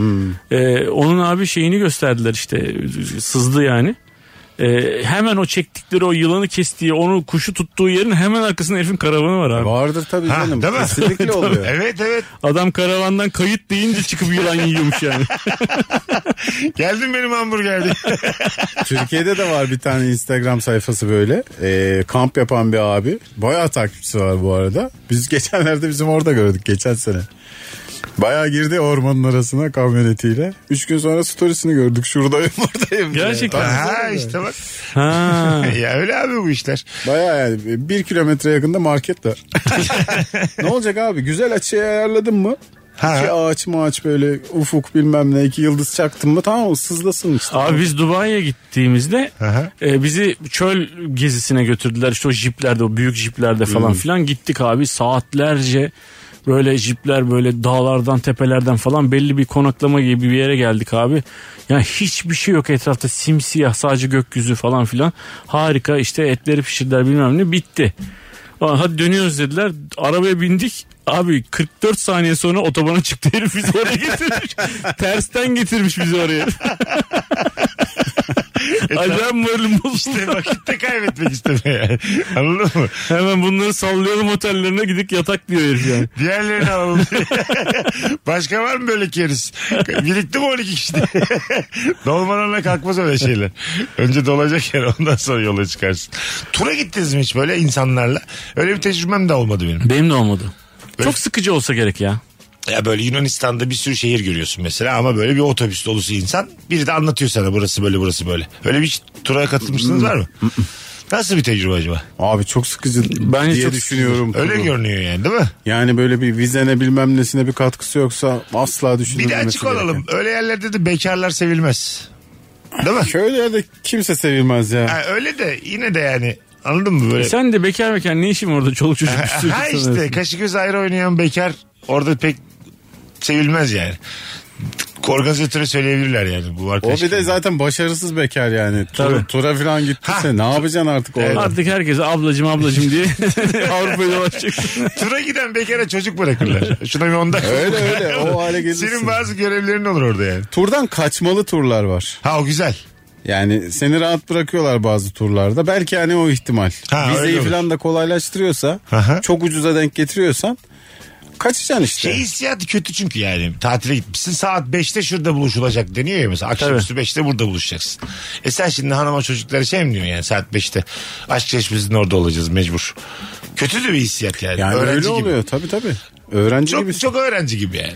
B: E, onun abi şeyini gösterdiler işte sızdı yani. E, hemen o çektikleri o yılanı kestiği onu kuşu tuttuğu yerin hemen arkasında herifin karavanı var abi.
C: Vardır tabii
A: Ha,
C: canım.
A: değil mi? [laughs]
C: Kesinlikle oluyor.
A: Evet evet.
B: Adam karavandan kayıt deyince çıkıp yılan [laughs] yiyormuş yani.
A: Geldin benim hamburgerde.
C: Türkiye'de de var bir tane Instagram sayfası böyle. Ee, kamp yapan bir abi. Bayağı takipçisi var bu arada. Biz geçenlerde bizim orada gördük geçen sene. Bayağı girdi ormanın arasına kamyonetiyle. Üç gün sonra storiesini gördük. Şuradayım buradayım. diye.
B: Gerçekten.
C: Tabii
A: ha
C: canım.
A: işte bak.
B: Ha.
A: Ya öyle abi bu işler.
C: Bayağı yani
B: [laughs]
C: bir kilometre yakında market var. ne olacak abi güzel açıya ayarladın mı?
A: Ha.
C: İki ağaç ağaç böyle ufuk bilmem ne iki yıldız çaktın mı tamam mı sızlasın işte.
B: Abi biz Dubai'ye gittiğimizde
A: Aha.
B: e, bizi çöl gezisine götürdüler. İşte o jiplerde o büyük jiplerde falan filan gittik abi saatlerce böyle jipler böyle dağlardan tepelerden falan belli bir konaklama gibi bir yere geldik abi. Yani hiçbir şey yok etrafta simsiyah sadece gökyüzü falan filan. Harika işte etleri pişirdiler bilmem ne bitti. Ulan Hadi dönüyoruz dediler. Arabaya bindik. Abi 44 saniye sonra otobana çıktı herif bizi oraya getirmiş. Tersten getirmiş bizi oraya. Acayip moralim bozuldu.
A: İşte vakitte kaybetmek istemiyor. yani. Anladın mı?
B: [laughs] Hemen bunları sallayalım otellerine gidip yatak diyor herif yani.
A: Diğerlerini alalım. Başka var mı böyle keriz? Birlikte mi 12 kişi [laughs] diye. Dolmalarla kalkmaz öyle şeyler. Önce dolacak yer ondan sonra yola çıkarsın. Tura gittiniz mi hiç böyle insanlarla? Öyle bir tecrübem de olmadı [laughs] benim.
B: Benim de olmadı. Çok sıkıcı olsa gerek ya.
A: Ya böyle Yunanistan'da bir sürü şehir görüyorsun mesela ama böyle bir otobüs dolusu insan. Biri de anlatıyor sana burası böyle burası böyle. Öyle bir hiç tura katılmışsınız var mı? Nasıl bir tecrübe acaba?
C: Abi çok sıkıcı
B: Bence
C: diye
B: çok
C: düşünüyorum.
A: Öyle
C: Bunu.
A: görünüyor yani değil mi?
C: Yani böyle bir vizene bilmem nesine bir katkısı yoksa asla düşünülmemesi
A: Bir de açık
C: gereken.
A: olalım. Öyle yerlerde de bekarlar sevilmez. Değil mi?
C: Köylerde kimse sevilmez ya.
A: Ha, öyle de yine de yani anladın mı
C: E
A: böyle?
B: Sen de bekar bekar ne işin var orada
A: [laughs]
B: çoluk çocuk bir sürü
C: şey
A: ha
B: insan
A: işte
B: arasında?
A: kaşı göz ayrı oynayan bekar orada pek sevilmez yani. Organizatöre söyleyebilirler yani bu
C: O
A: arkadaş.
C: bir de zaten başarısız bekar yani. Tura,
B: Tabii.
C: tura falan gittiyse
A: Ha.
C: ne yapacaksın artık orada?
B: Artık herkese ablacım
A: [laughs]
B: ablacım diye Avrupa'ya dolaşacak.
A: Tura giden bekara çocuk
C: [laughs]
A: bırakırlar. Şuna bir onda.
C: Öyle öyle
A: [laughs]
C: o hale gelirsin.
A: Senin bazı görevlerin olur orada yani.
C: Turdan kaçmalı turlar var.
A: Ha o güzel.
C: Yani seni rahat bırakıyorlar bazı turlarda. Belki hani o ihtimal.
A: Ha, öyle
C: Vizeyi
A: olur.
C: falan da kolaylaştırıyorsa,
A: Aha.
C: çok ucuza denk getiriyorsan kaçacaksın işte.
A: Şey hissiyatı kötü çünkü yani. Tatile gitmişsin saat 5'te şurada buluşulacak deniyor ya mesela. Akşamüstü 5'te burada buluşacaksın. E sen şimdi hanıma çocuklara şey mi diyorsun yani saat 5'te. Aşk çeşmesinin orada olacağız mecbur. Kötü de bir hissiyat yani.
C: yani
A: Öğrenci
C: öyle
A: gibi.
C: oluyor tabii tabii. Öğrenci
A: Çok,
C: gibisin.
A: çok öğrenci gibi yani.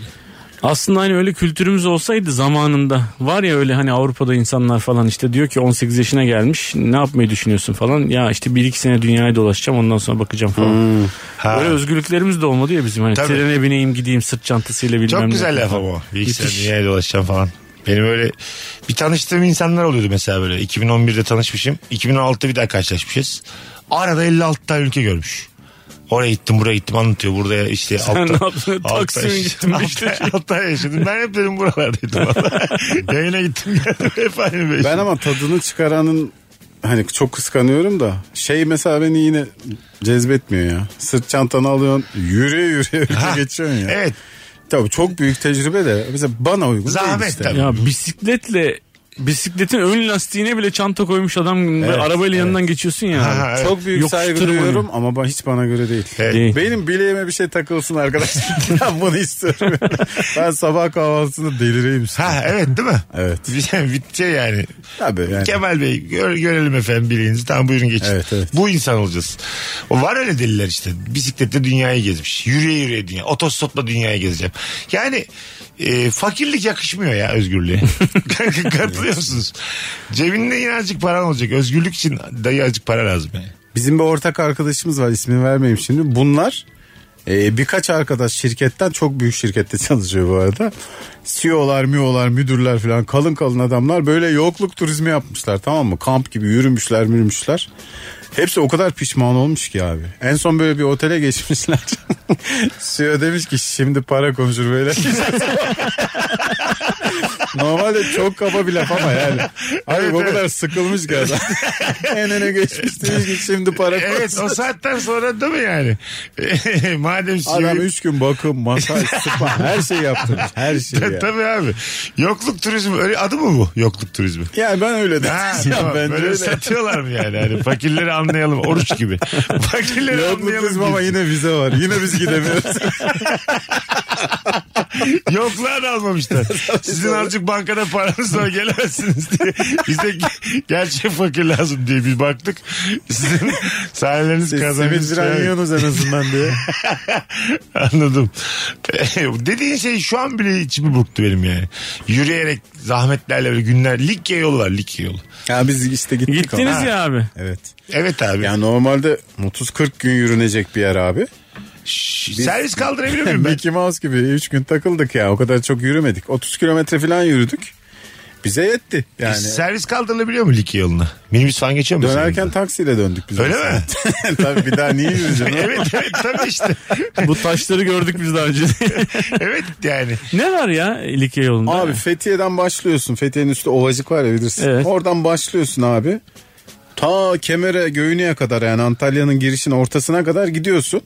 B: Aslında hani öyle kültürümüz olsaydı zamanında var ya öyle hani Avrupa'da insanlar falan işte diyor ki 18 yaşına gelmiş ne yapmayı düşünüyorsun falan ya işte 1-2 sene dünyayı dolaşacağım ondan sonra bakacağım falan.
A: Hmm. Ha.
B: Öyle özgürlüklerimiz de olmadı ya bizim hani
A: Tabii.
B: trene bineyim gideyim sırt çantasıyla bilmem ne.
A: Çok güzel laf ama o. Bir iki sene
B: Müthiş.
A: dünyaya dolaşacağım falan. Benim öyle bir tanıştığım insanlar oluyordu mesela böyle. 2011'de tanışmışım. 2016'da bir daha karşılaşmışız. Arada 56 tane ülke görmüş. Oraya gittim buraya gittim anlatıyor. Burada işte Sen
B: ne yaptın? Taksim'e gittim, Beşiktaş'a.
A: yaşadım. Ben hep dedim buralardaydım. [laughs] Yayına gittim geldim. Hep aynı beş.
C: Ben ama tadını çıkaranın hani çok kıskanıyorum da şey mesela beni yine cezbetmiyor ya. Sırt çantanı alıyorsun yürüye yürüye ülke geçiyorsun ya.
A: Evet.
C: Tabii çok büyük tecrübe de mesela bana uygun
A: Zahmet
C: değil işte.
A: tabii.
B: Ya bisikletle bisikletin ön lastiğine bile çanta koymuş adam ve arabayla yanından geçiyorsun ya.
A: Ha, evet.
C: Çok büyük
B: Yok,
C: saygı
B: tutturma
C: duyuyorum ama ben- hiç bana göre değil.
A: Evet.
B: Değil.
C: Benim bileğime bir şey takılsın arkadaşlar. [laughs] ben bunu istiyorum. ben sabah kahvaltısında delireyim. işte.
A: Ha evet değil mi? [laughs]
C: Evet.
A: Bitti yani.
C: Tabii yani.
A: Kemal Bey gör- görelim efendim bileğinizi. Tamam buyurun geçin.
C: Evet, evet.
A: Bu insan olacağız. O var öyle deliler işte. Bisikletle dünyayı gezmiş. Yürüye yürüye dünya. Otostopla dünyayı gezeceğim. Yani e, fakirlik yakışmıyor ya
C: [laughs]
A: özgürlüğe. Katılıyor musunuz? Cebinde yine azıcık paran olacak. Özgürlük için dayı azıcık para lazım yani.
C: Bizim bir ortak arkadaşımız var ismini vermeyeyim şimdi. Bunlar e, birkaç arkadaş şirketten çok büyük şirkette [laughs] çalışıyor bu arada. E CEO'lar, MIO'lar, müdürler falan kalın kalın adamlar böyle yokluk turizmi yapmışlar tamam mı? Kamp gibi yürümüşler mürümüşler. Hepsi o kadar pişman olmuş ki abi. En son böyle bir otele geçmişler. [laughs] CEO demiş ki şimdi para konuşur böyle. [laughs] Normalde çok kaba bir laf ama yani. Abi o kadar sıkılmış ki adam. en öne geçmiş demiş ki şimdi para konuşur.
A: Evet o saatten sonra değil mi yani? [laughs] Madem
C: Adam
A: sivil-
C: 3 gün bakım, masaj, spa her şey yaptırmış. Her şey
A: [laughs]
C: ya.
A: Tabii abi. Yokluk turizmi öyle adı mı bu? Yokluk turizmi.
C: Yani ben öyle dedim.
A: Ha,
C: Ya
A: tamam.
C: bence
A: Böyle [laughs]
C: öyle.
A: satıyorlar mı yani? Hani fakirleri anlayalım. Oruç
C: [laughs]
A: gibi. Fakirleri
C: Yokluk
A: anlayalım.
C: kızım ama yine vize var. Yine
A: [laughs]
C: biz gidemiyoruz.
A: Yokluğa da
C: [laughs]
A: almamışlar. Sizin azıcık bankada paranız var gelemezsiniz diye. Bize ge- gerçek fakir lazım diye bir baktık.
C: [laughs]
A: Sizin sayeleriniz
C: Siz
A: kazanmış.
C: sevindiren yiyorsunuz en azından diye.
A: Anladım. Dediğin şey şu an bile içimi burktu benim yani. Yürüyerek zahmetlerle böyle günler. Likya yolu var Likya yolu.
C: Ya biz işte gittik.
B: Gittiniz
C: ama.
B: ya abi.
C: Evet.
A: Evet abi.
C: Ya normalde 30-40 gün yürünecek bir yer abi.
A: Şş, Servis kaldırabiliyor
C: [laughs]
A: muyum ben?
C: Mickey Mouse gibi 3 gün takıldık ya. O kadar çok yürümedik. 30 kilometre falan yürüdük. Bize yetti yani.
A: Servis kaldırılabiliyor mu Likya yoluna? Minibüs falan geçiyor mu?
C: Dönerken taksiyle döndük biz.
A: Öyle
C: mesela.
A: mi?
C: [laughs] Tabii bir daha niye
A: [laughs]
C: yürüyeceksin? oğlum?
A: evet evet tabii işte.
B: Bu taşları gördük biz
A: [laughs]
B: daha önce.
A: evet yani.
B: ne var ya Likya yolunda?
C: Abi Fethiye'den başlıyorsun. Fethiye'nin üstü ovacık var ya bilirsin.
B: Evet.
C: Oradan başlıyorsun abi. Ta Kemer'e, Göynü'ye kadar yani Antalya'nın girişin ortasına kadar gidiyorsun.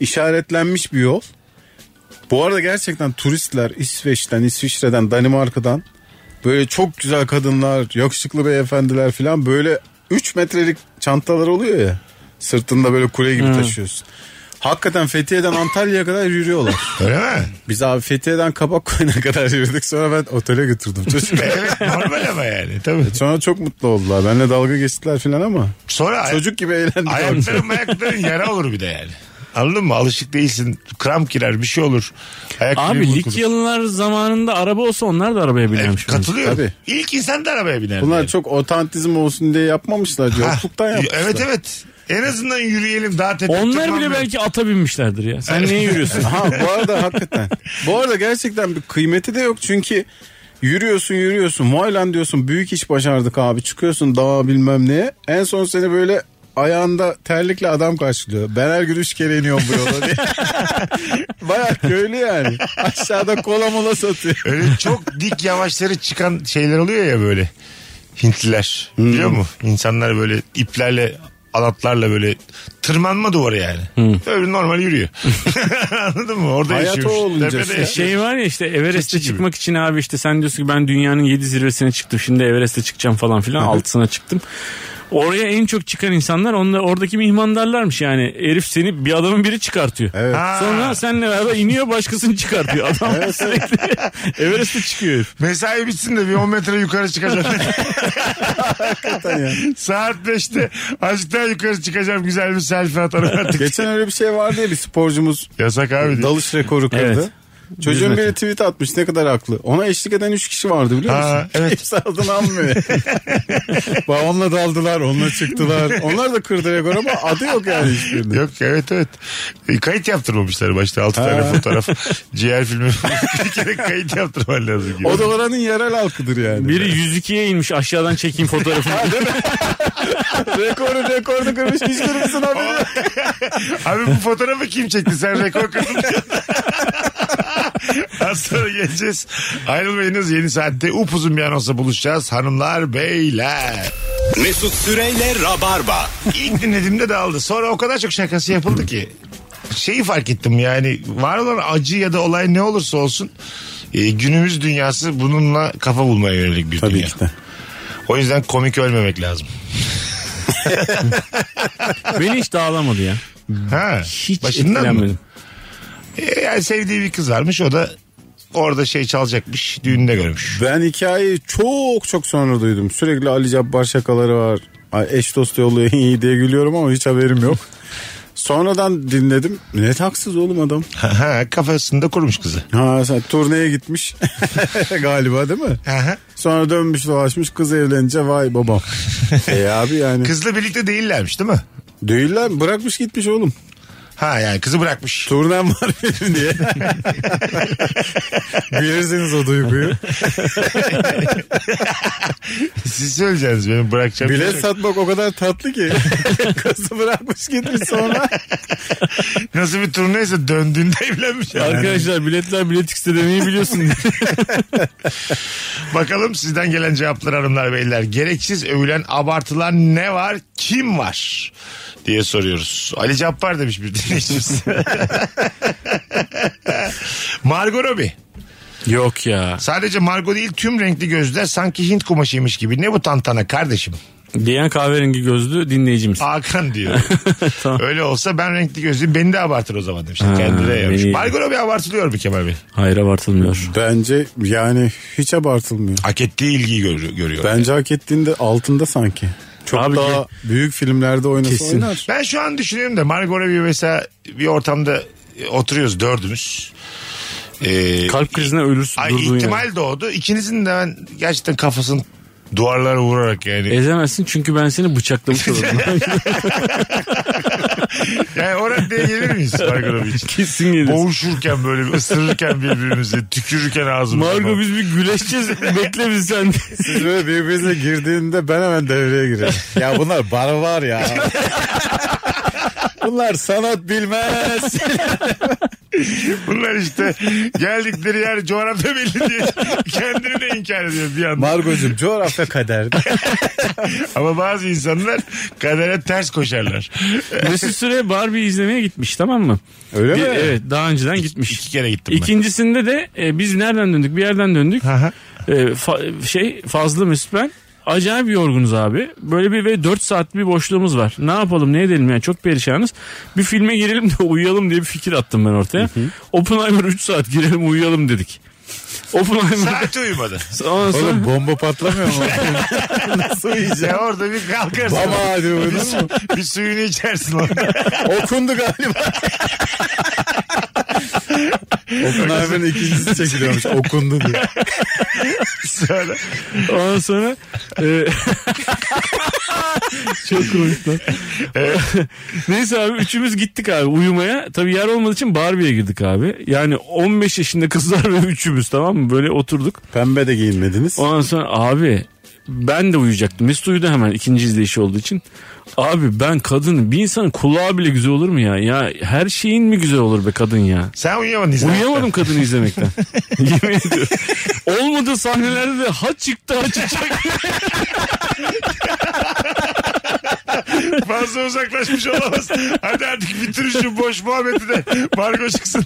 C: İşaretlenmiş bir yol. Bu arada gerçekten turistler İsveç'ten, İsviçre'den, Danimarka'dan böyle çok güzel kadınlar, yakışıklı beyefendiler falan böyle 3 metrelik çantalar oluyor ya. Sırtında böyle kule gibi taşıyorsun. Hakikaten Fethiye'den Antalya'ya kadar yürüyorlar.
A: Öyle mi?
C: Biz abi Fethiye'den kabak koyuna [laughs] kadar yürüdük sonra ben otele götürdüm
A: [laughs]
C: çocukları.
A: Evet normal ama yani tabii.
C: sonra çok mutlu oldular. Benle dalga geçtiler filan ama.
A: Sonra ay-
C: Çocuk gibi eğlendik. abi.
A: ayakların ayakların yara olur bir de yani. Anladın mı? Alışık değilsin. Kramp girer bir şey olur. Ayak
B: Abi
A: bileği
B: Likyalılar zamanında araba olsa onlar da arabaya
A: burkulur.
B: binermiş.
A: Evet, katılıyorum.
C: Tabii.
A: İlk insan da arabaya biner.
C: Bunlar
A: yani.
C: çok otantizm olsun diye yapmamışlar. Yokluktan
A: Ha,
C: yapmışlar.
A: Evet evet. En azından yürüyelim daha tepki
B: Onlar bile belki ata binmişlerdir ya. Sen niye yürüyorsun?
C: Ha bu arada hakikaten. Bu arada gerçekten bir kıymeti de yok çünkü yürüyorsun yürüyorsun. Vay lan diyorsun büyük iş başardık abi. Çıkıyorsun dağa bilmem neye. En son seni böyle ayağında terlikle adam karşılıyor. Ben her gün üç kere iniyorum bu yola diye. [laughs] Baya köylü yani. Aşağıda kola mola satıyor.
A: Öyle çok dik yavaşları çıkan şeyler oluyor ya böyle. Hintliler.
C: Hmm.
A: Biliyor musun? İnsanlar böyle iplerle alatlarla böyle tırmanma duvarı yani. Öyle normal yürüyor.
C: [laughs]
A: Anladın mı? Orada
C: Hmm. Hayat o
A: yaşıyormuş.
C: olunca
A: Tepede
C: işte.
A: yaşıyor.
B: Şey var ya işte Everest'e
A: Keçi gibi.
B: çıkmak için abi işte sen diyorsun ki ben dünyanın 7 zirvesine çıktım. Şimdi Everest'e çıkacağım falan filan. Altısına çıktım. Oraya en çok çıkan insanlar onlar oradaki mihmandarlarmış yani. Herif seni bir adamın biri çıkartıyor.
C: Evet.
A: Ha.
B: Sonra seninle beraber iniyor başkasını çıkartıyor.
A: [laughs]
B: Adam sürekli Everest'e çıkıyor herif.
A: Mesai bitsin de bir 10 metre yukarı
C: [laughs]
A: çıkacağım. [laughs] Saat 5'te azıcık daha yukarı çıkacağım. Güzel bir selfie atarım artık.
C: Geçen öyle bir şey vardı ya bir sporcumuz
A: Yasak abi diye.
C: dalış rekoru kırdı. Çocuğun
B: Yüz metre.
C: biri tweet atmış ne kadar haklı. Ona eşlik eden 3 kişi vardı biliyor musun?
A: Ha, evet.
C: Kimse
A: [laughs]
C: adını almıyor. Ba- onunla daldılar, onunla çıktılar. Onlar da kırdı rekor ama adı yok yani hiçbirinin.
A: Yok evet evet. E, kayıt yaptırmamışlar başta. 6 tane fotoğraf. [laughs] Ciğer filmi. [laughs] bir kere kayıt yaptırman lazım. Gibi.
C: O da oranın yerel halkıdır yani.
B: [laughs] Biri 102'ye inmiş aşağıdan çekeyim fotoğrafını.
A: [laughs]
C: rekoru rekorunu kırmış hiçbirisinin haberi yok.
A: Abi bu fotoğrafı kim çekti? Sen rekor kırdın.
C: [laughs]
A: [laughs] Az sonra geleceğiz. Ayrılmayınız yeni saatte upuzun bir anonsla buluşacağız. Hanımlar beyler.
G: Mesut Süreyle Rabarba.
A: İlk dinlediğimde dağıldı. Sonra o kadar çok şakası yapıldı ki. Şeyi fark ettim yani var olan acı ya da olay ne olursa olsun e, günümüz dünyası bununla kafa bulmaya yönelik bir dünya. O yüzden komik ölmemek lazım.
B: Beni hiç dağlamadı ya.
A: Ha.
B: Hiç
A: Başından mı?
B: etkilenmedim.
A: E, yani sevdiği bir kız varmış o da orada şey çalacakmış düğünde görmüş.
C: Ben hikayeyi çok çok sonra duydum. Sürekli Ali Cabbar şakaları var. Ay, Eş dost yolluyor [laughs] iyi diye gülüyorum ama hiç haberim yok. Sonradan dinledim. Ne taksız oğlum adam.
A: Ha, kafasında kurmuş kızı.
C: Ha sen turneye gitmiş [laughs] galiba değil mi?
A: Aha.
C: Sonra dönmüş dolaşmış kız evlenince vay
B: [laughs]
C: babam. e abi yani.
A: Kızla birlikte değillermiş değil mi?
C: Değiller mi? bırakmış gitmiş oğlum.
A: Ha yani kızı bırakmış.
C: [laughs] Turnem var benim
B: [laughs]
C: diye. Bilirsiniz o duyguyu.
A: Siz söyleyeceksiniz benim bırakacağım.
C: Bilet satmak o kadar tatlı ki. [laughs] Kızı bırakmış gitmiş sonra.
A: Nasıl bir turneyse döndüğünde [laughs] evlenmiş. yani.
B: [laughs] Arkadaşlar biletler bilet X'te demeyi biliyorsun.
A: Bakalım sizden gelen cevaplar hanımlar beyler. Gereksiz övülen abartılan ne var kim var diye soruyoruz. Ali Cappar demiş bir dinleyicimiz. Margot Robbie.
B: Yok ya.
A: Sadece Margot değil tüm renkli gözler sanki Hint kumaşıymış gibi. Ne bu tantana kardeşim?
B: Diyen kahverengi gözlü dinleyicimiz.
A: Hakan diyor. Öyle olsa ben renkli gözlüyüm. Beni de abartır o zaman demiş. Kendine de yazmış.
B: beni-
A: Margot Robbie abartılıyor bir Kemal Bey.
B: Hayır abartılmıyor.
C: Bence yani hiç abartılmıyor.
A: Hak ettiği ilgiyi gör- görüyor. Ben...
C: Bence hak ettiğinde altında sanki. Çok
B: Abi
C: daha
B: ki-
C: büyük filmlerde oynasa
B: Kesin.
C: oynar.
A: ben şu an düşünüyorum da Margot Robbie mesela bir ortamda e, oturuyoruz dördümüz. Ee,
B: Kalp krizine ölürsün
A: Ay
B: durduğun
A: ihtimal
B: yerde.
A: doğdu. İkinizin de ben gerçekten kafasının Duvarlara vurarak yani.
B: Ezemezsin çünkü ben seni
A: [laughs]
B: bıçaklamış olurum.
A: Yani o raddeye gelir miyiz Margot için?
B: Kesin gelirsin.
A: Boğuşurken böyle bir ısırırken birbirimizi
C: [laughs]
A: tükürürken ağzımıza.
B: Margo biz bir [laughs] güleşeceğiz. Bekle biz sen.
C: Siz böyle birbirinize girdiğinde ben hemen devreye [laughs] girerim. Ya bunlar barbar ya. bunlar sanat bilmez.
A: Bunlar işte geldikleri yer coğrafya belli diye kendini de inkar ediyor bir anda.
C: Margocum coğrafya kader.
A: Ama bazı insanlar kadere ters koşarlar.
B: Mesut Süre Barbie izlemeye gitmiş tamam mı?
C: Öyle
B: Bir-
C: mi?
B: evet daha önceden gitmiş.
A: İki kere gittim ben.
B: İkincisinde de e, biz nereden döndük? Bir yerden döndük.
A: Aha.
B: E, fa- şey Fazlı Mesut ben. Acayip yorgunuz abi. Böyle bir ve 4 saat bir boşluğumuz var. Ne yapalım ne edelim yani çok perişanız. Bir filme girelim de [laughs] uyuyalım diye bir fikir attım ben ortaya. Oppenheimer 3 saat girelim uyuyalım dedik. Oppenheimer
A: Saat uyumadı.
C: [laughs]
B: ondan sonra...
C: Oğlum bomba patlamıyor mu? Nasıl
A: Ya
C: yiyeceğim?
A: orada bir kalkarsın.
C: Baba hadi bunu.
A: bir suyunu içersin orada.
C: Okundu galiba. Oppenheimer'ın ikincisi çekiliyormuş. Okundu diye.
A: [laughs] Sonra
B: Ondan sonra e, çok komik lan. Neyse abi üçümüz gittik abi uyumaya. Tabii yer olmadığı için Barbie'ye girdik abi. Yani 15 yaşında kızlar ve üçümüz tamam mı? Böyle oturduk.
C: Pembe de giyinmediniz.
B: Ondan sonra abi ben de uyuyacaktım. Mesut uyudu hemen ikinci izleyişi olduğu için. Abi ben kadın bir insanın kulağı bile güzel olur mu ya? Ya her şeyin mi güzel olur be kadın ya?
A: sen uyuyamadın izle.
B: Uyuyamadım kadını izlemekten. Yemin ediyorum. Olmadı sahnelerde de ha çıktı ha çıkacak.
A: Fazla uzaklaşmış olamaz. Hadi artık bitir şu boş muhabbeti de. Margo çıksın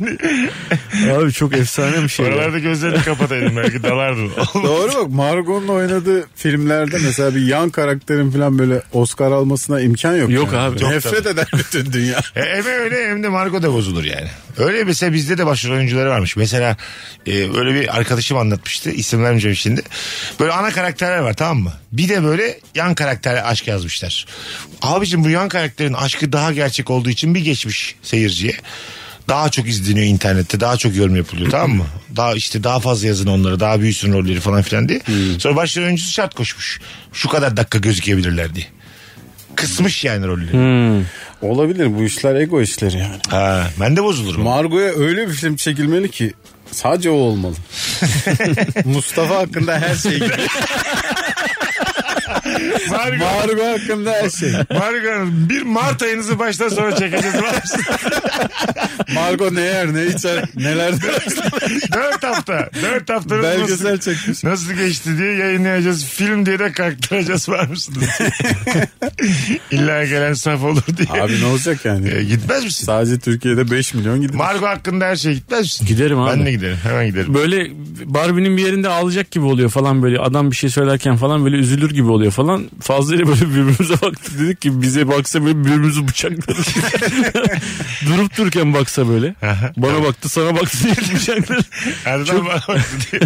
A: diye.
B: Abi çok efsane bir şey. ya.
A: Oralarda gözlerini kapataydım belki dalardın.
C: Doğru bak Margot'un oynadığı filmlerde mesela bir yan karakterin falan böyle Oscar almasına imkan yok.
B: Yok
C: yani.
B: abi.
C: Nefret eder bütün dünya.
A: E, hem öyle hem de Margo da bozulur yani. Öyle mesela bizde de başrol oyuncuları varmış. Mesela e, öyle bir arkadaşım anlatmıştı. İsim vermeyeceğim şimdi. Böyle ana karakterler var tamam mı? Bir de böyle yan karakterle aşk yazmışlar. Abicim bu yan karakterin aşkı daha gerçek olduğu için bir geçmiş seyirciye. Daha çok izleniyor internette. Daha çok yorum yapılıyor tamam mı? Daha işte daha fazla yazın onları. Daha büyüsün rolleri falan filan diye. Sonra başrol oyuncusu şart koşmuş. Şu kadar dakika gözükebilirler diye. Kısmış yani rolleri.
C: Olabilir bu işler ego işleri yani.
A: Ha, ben de bozulurum.
C: Margot'a öyle bir film çekilmeli ki sadece o olmalı. [laughs] Mustafa hakkında her [laughs] şey.
A: Margo,
C: Margot hakkında her şey.
A: Margo Hanım, bir Mart ayınızı baştan sonra çekeceğiz. [laughs]
C: Margot ne yer ne içer neler der.
A: 4 hafta. 4 haftanız
C: Belgesel
A: nasıl,
C: çekmiş.
A: nasıl geçti diye yayınlayacağız. Film diye de kalktıracağız var
C: [laughs]
A: mısınız? İlla gelen saf olur diye.
C: Abi ne olacak
A: E,
C: yani?
A: gitmez misin?
C: Sadece Türkiye'de 5 milyon gidiyor.
A: Margo hakkında her şey gitmez misin?
B: Giderim abi.
A: Ben de giderim. Hemen giderim.
B: Böyle Barbie'nin bir yerinde ağlayacak gibi oluyor falan böyle. Adam bir şey söylerken falan böyle üzülür gibi oluyor falan. Fazlıyla böyle [laughs] birbirimize baktık dedik ki bize baksa böyle birbirimizi bıçakladık. [laughs] Durup dururken baksa böyle. Bana baktı sana baktı diye şey. bıçakladık.
A: Erdem bana baktı diye.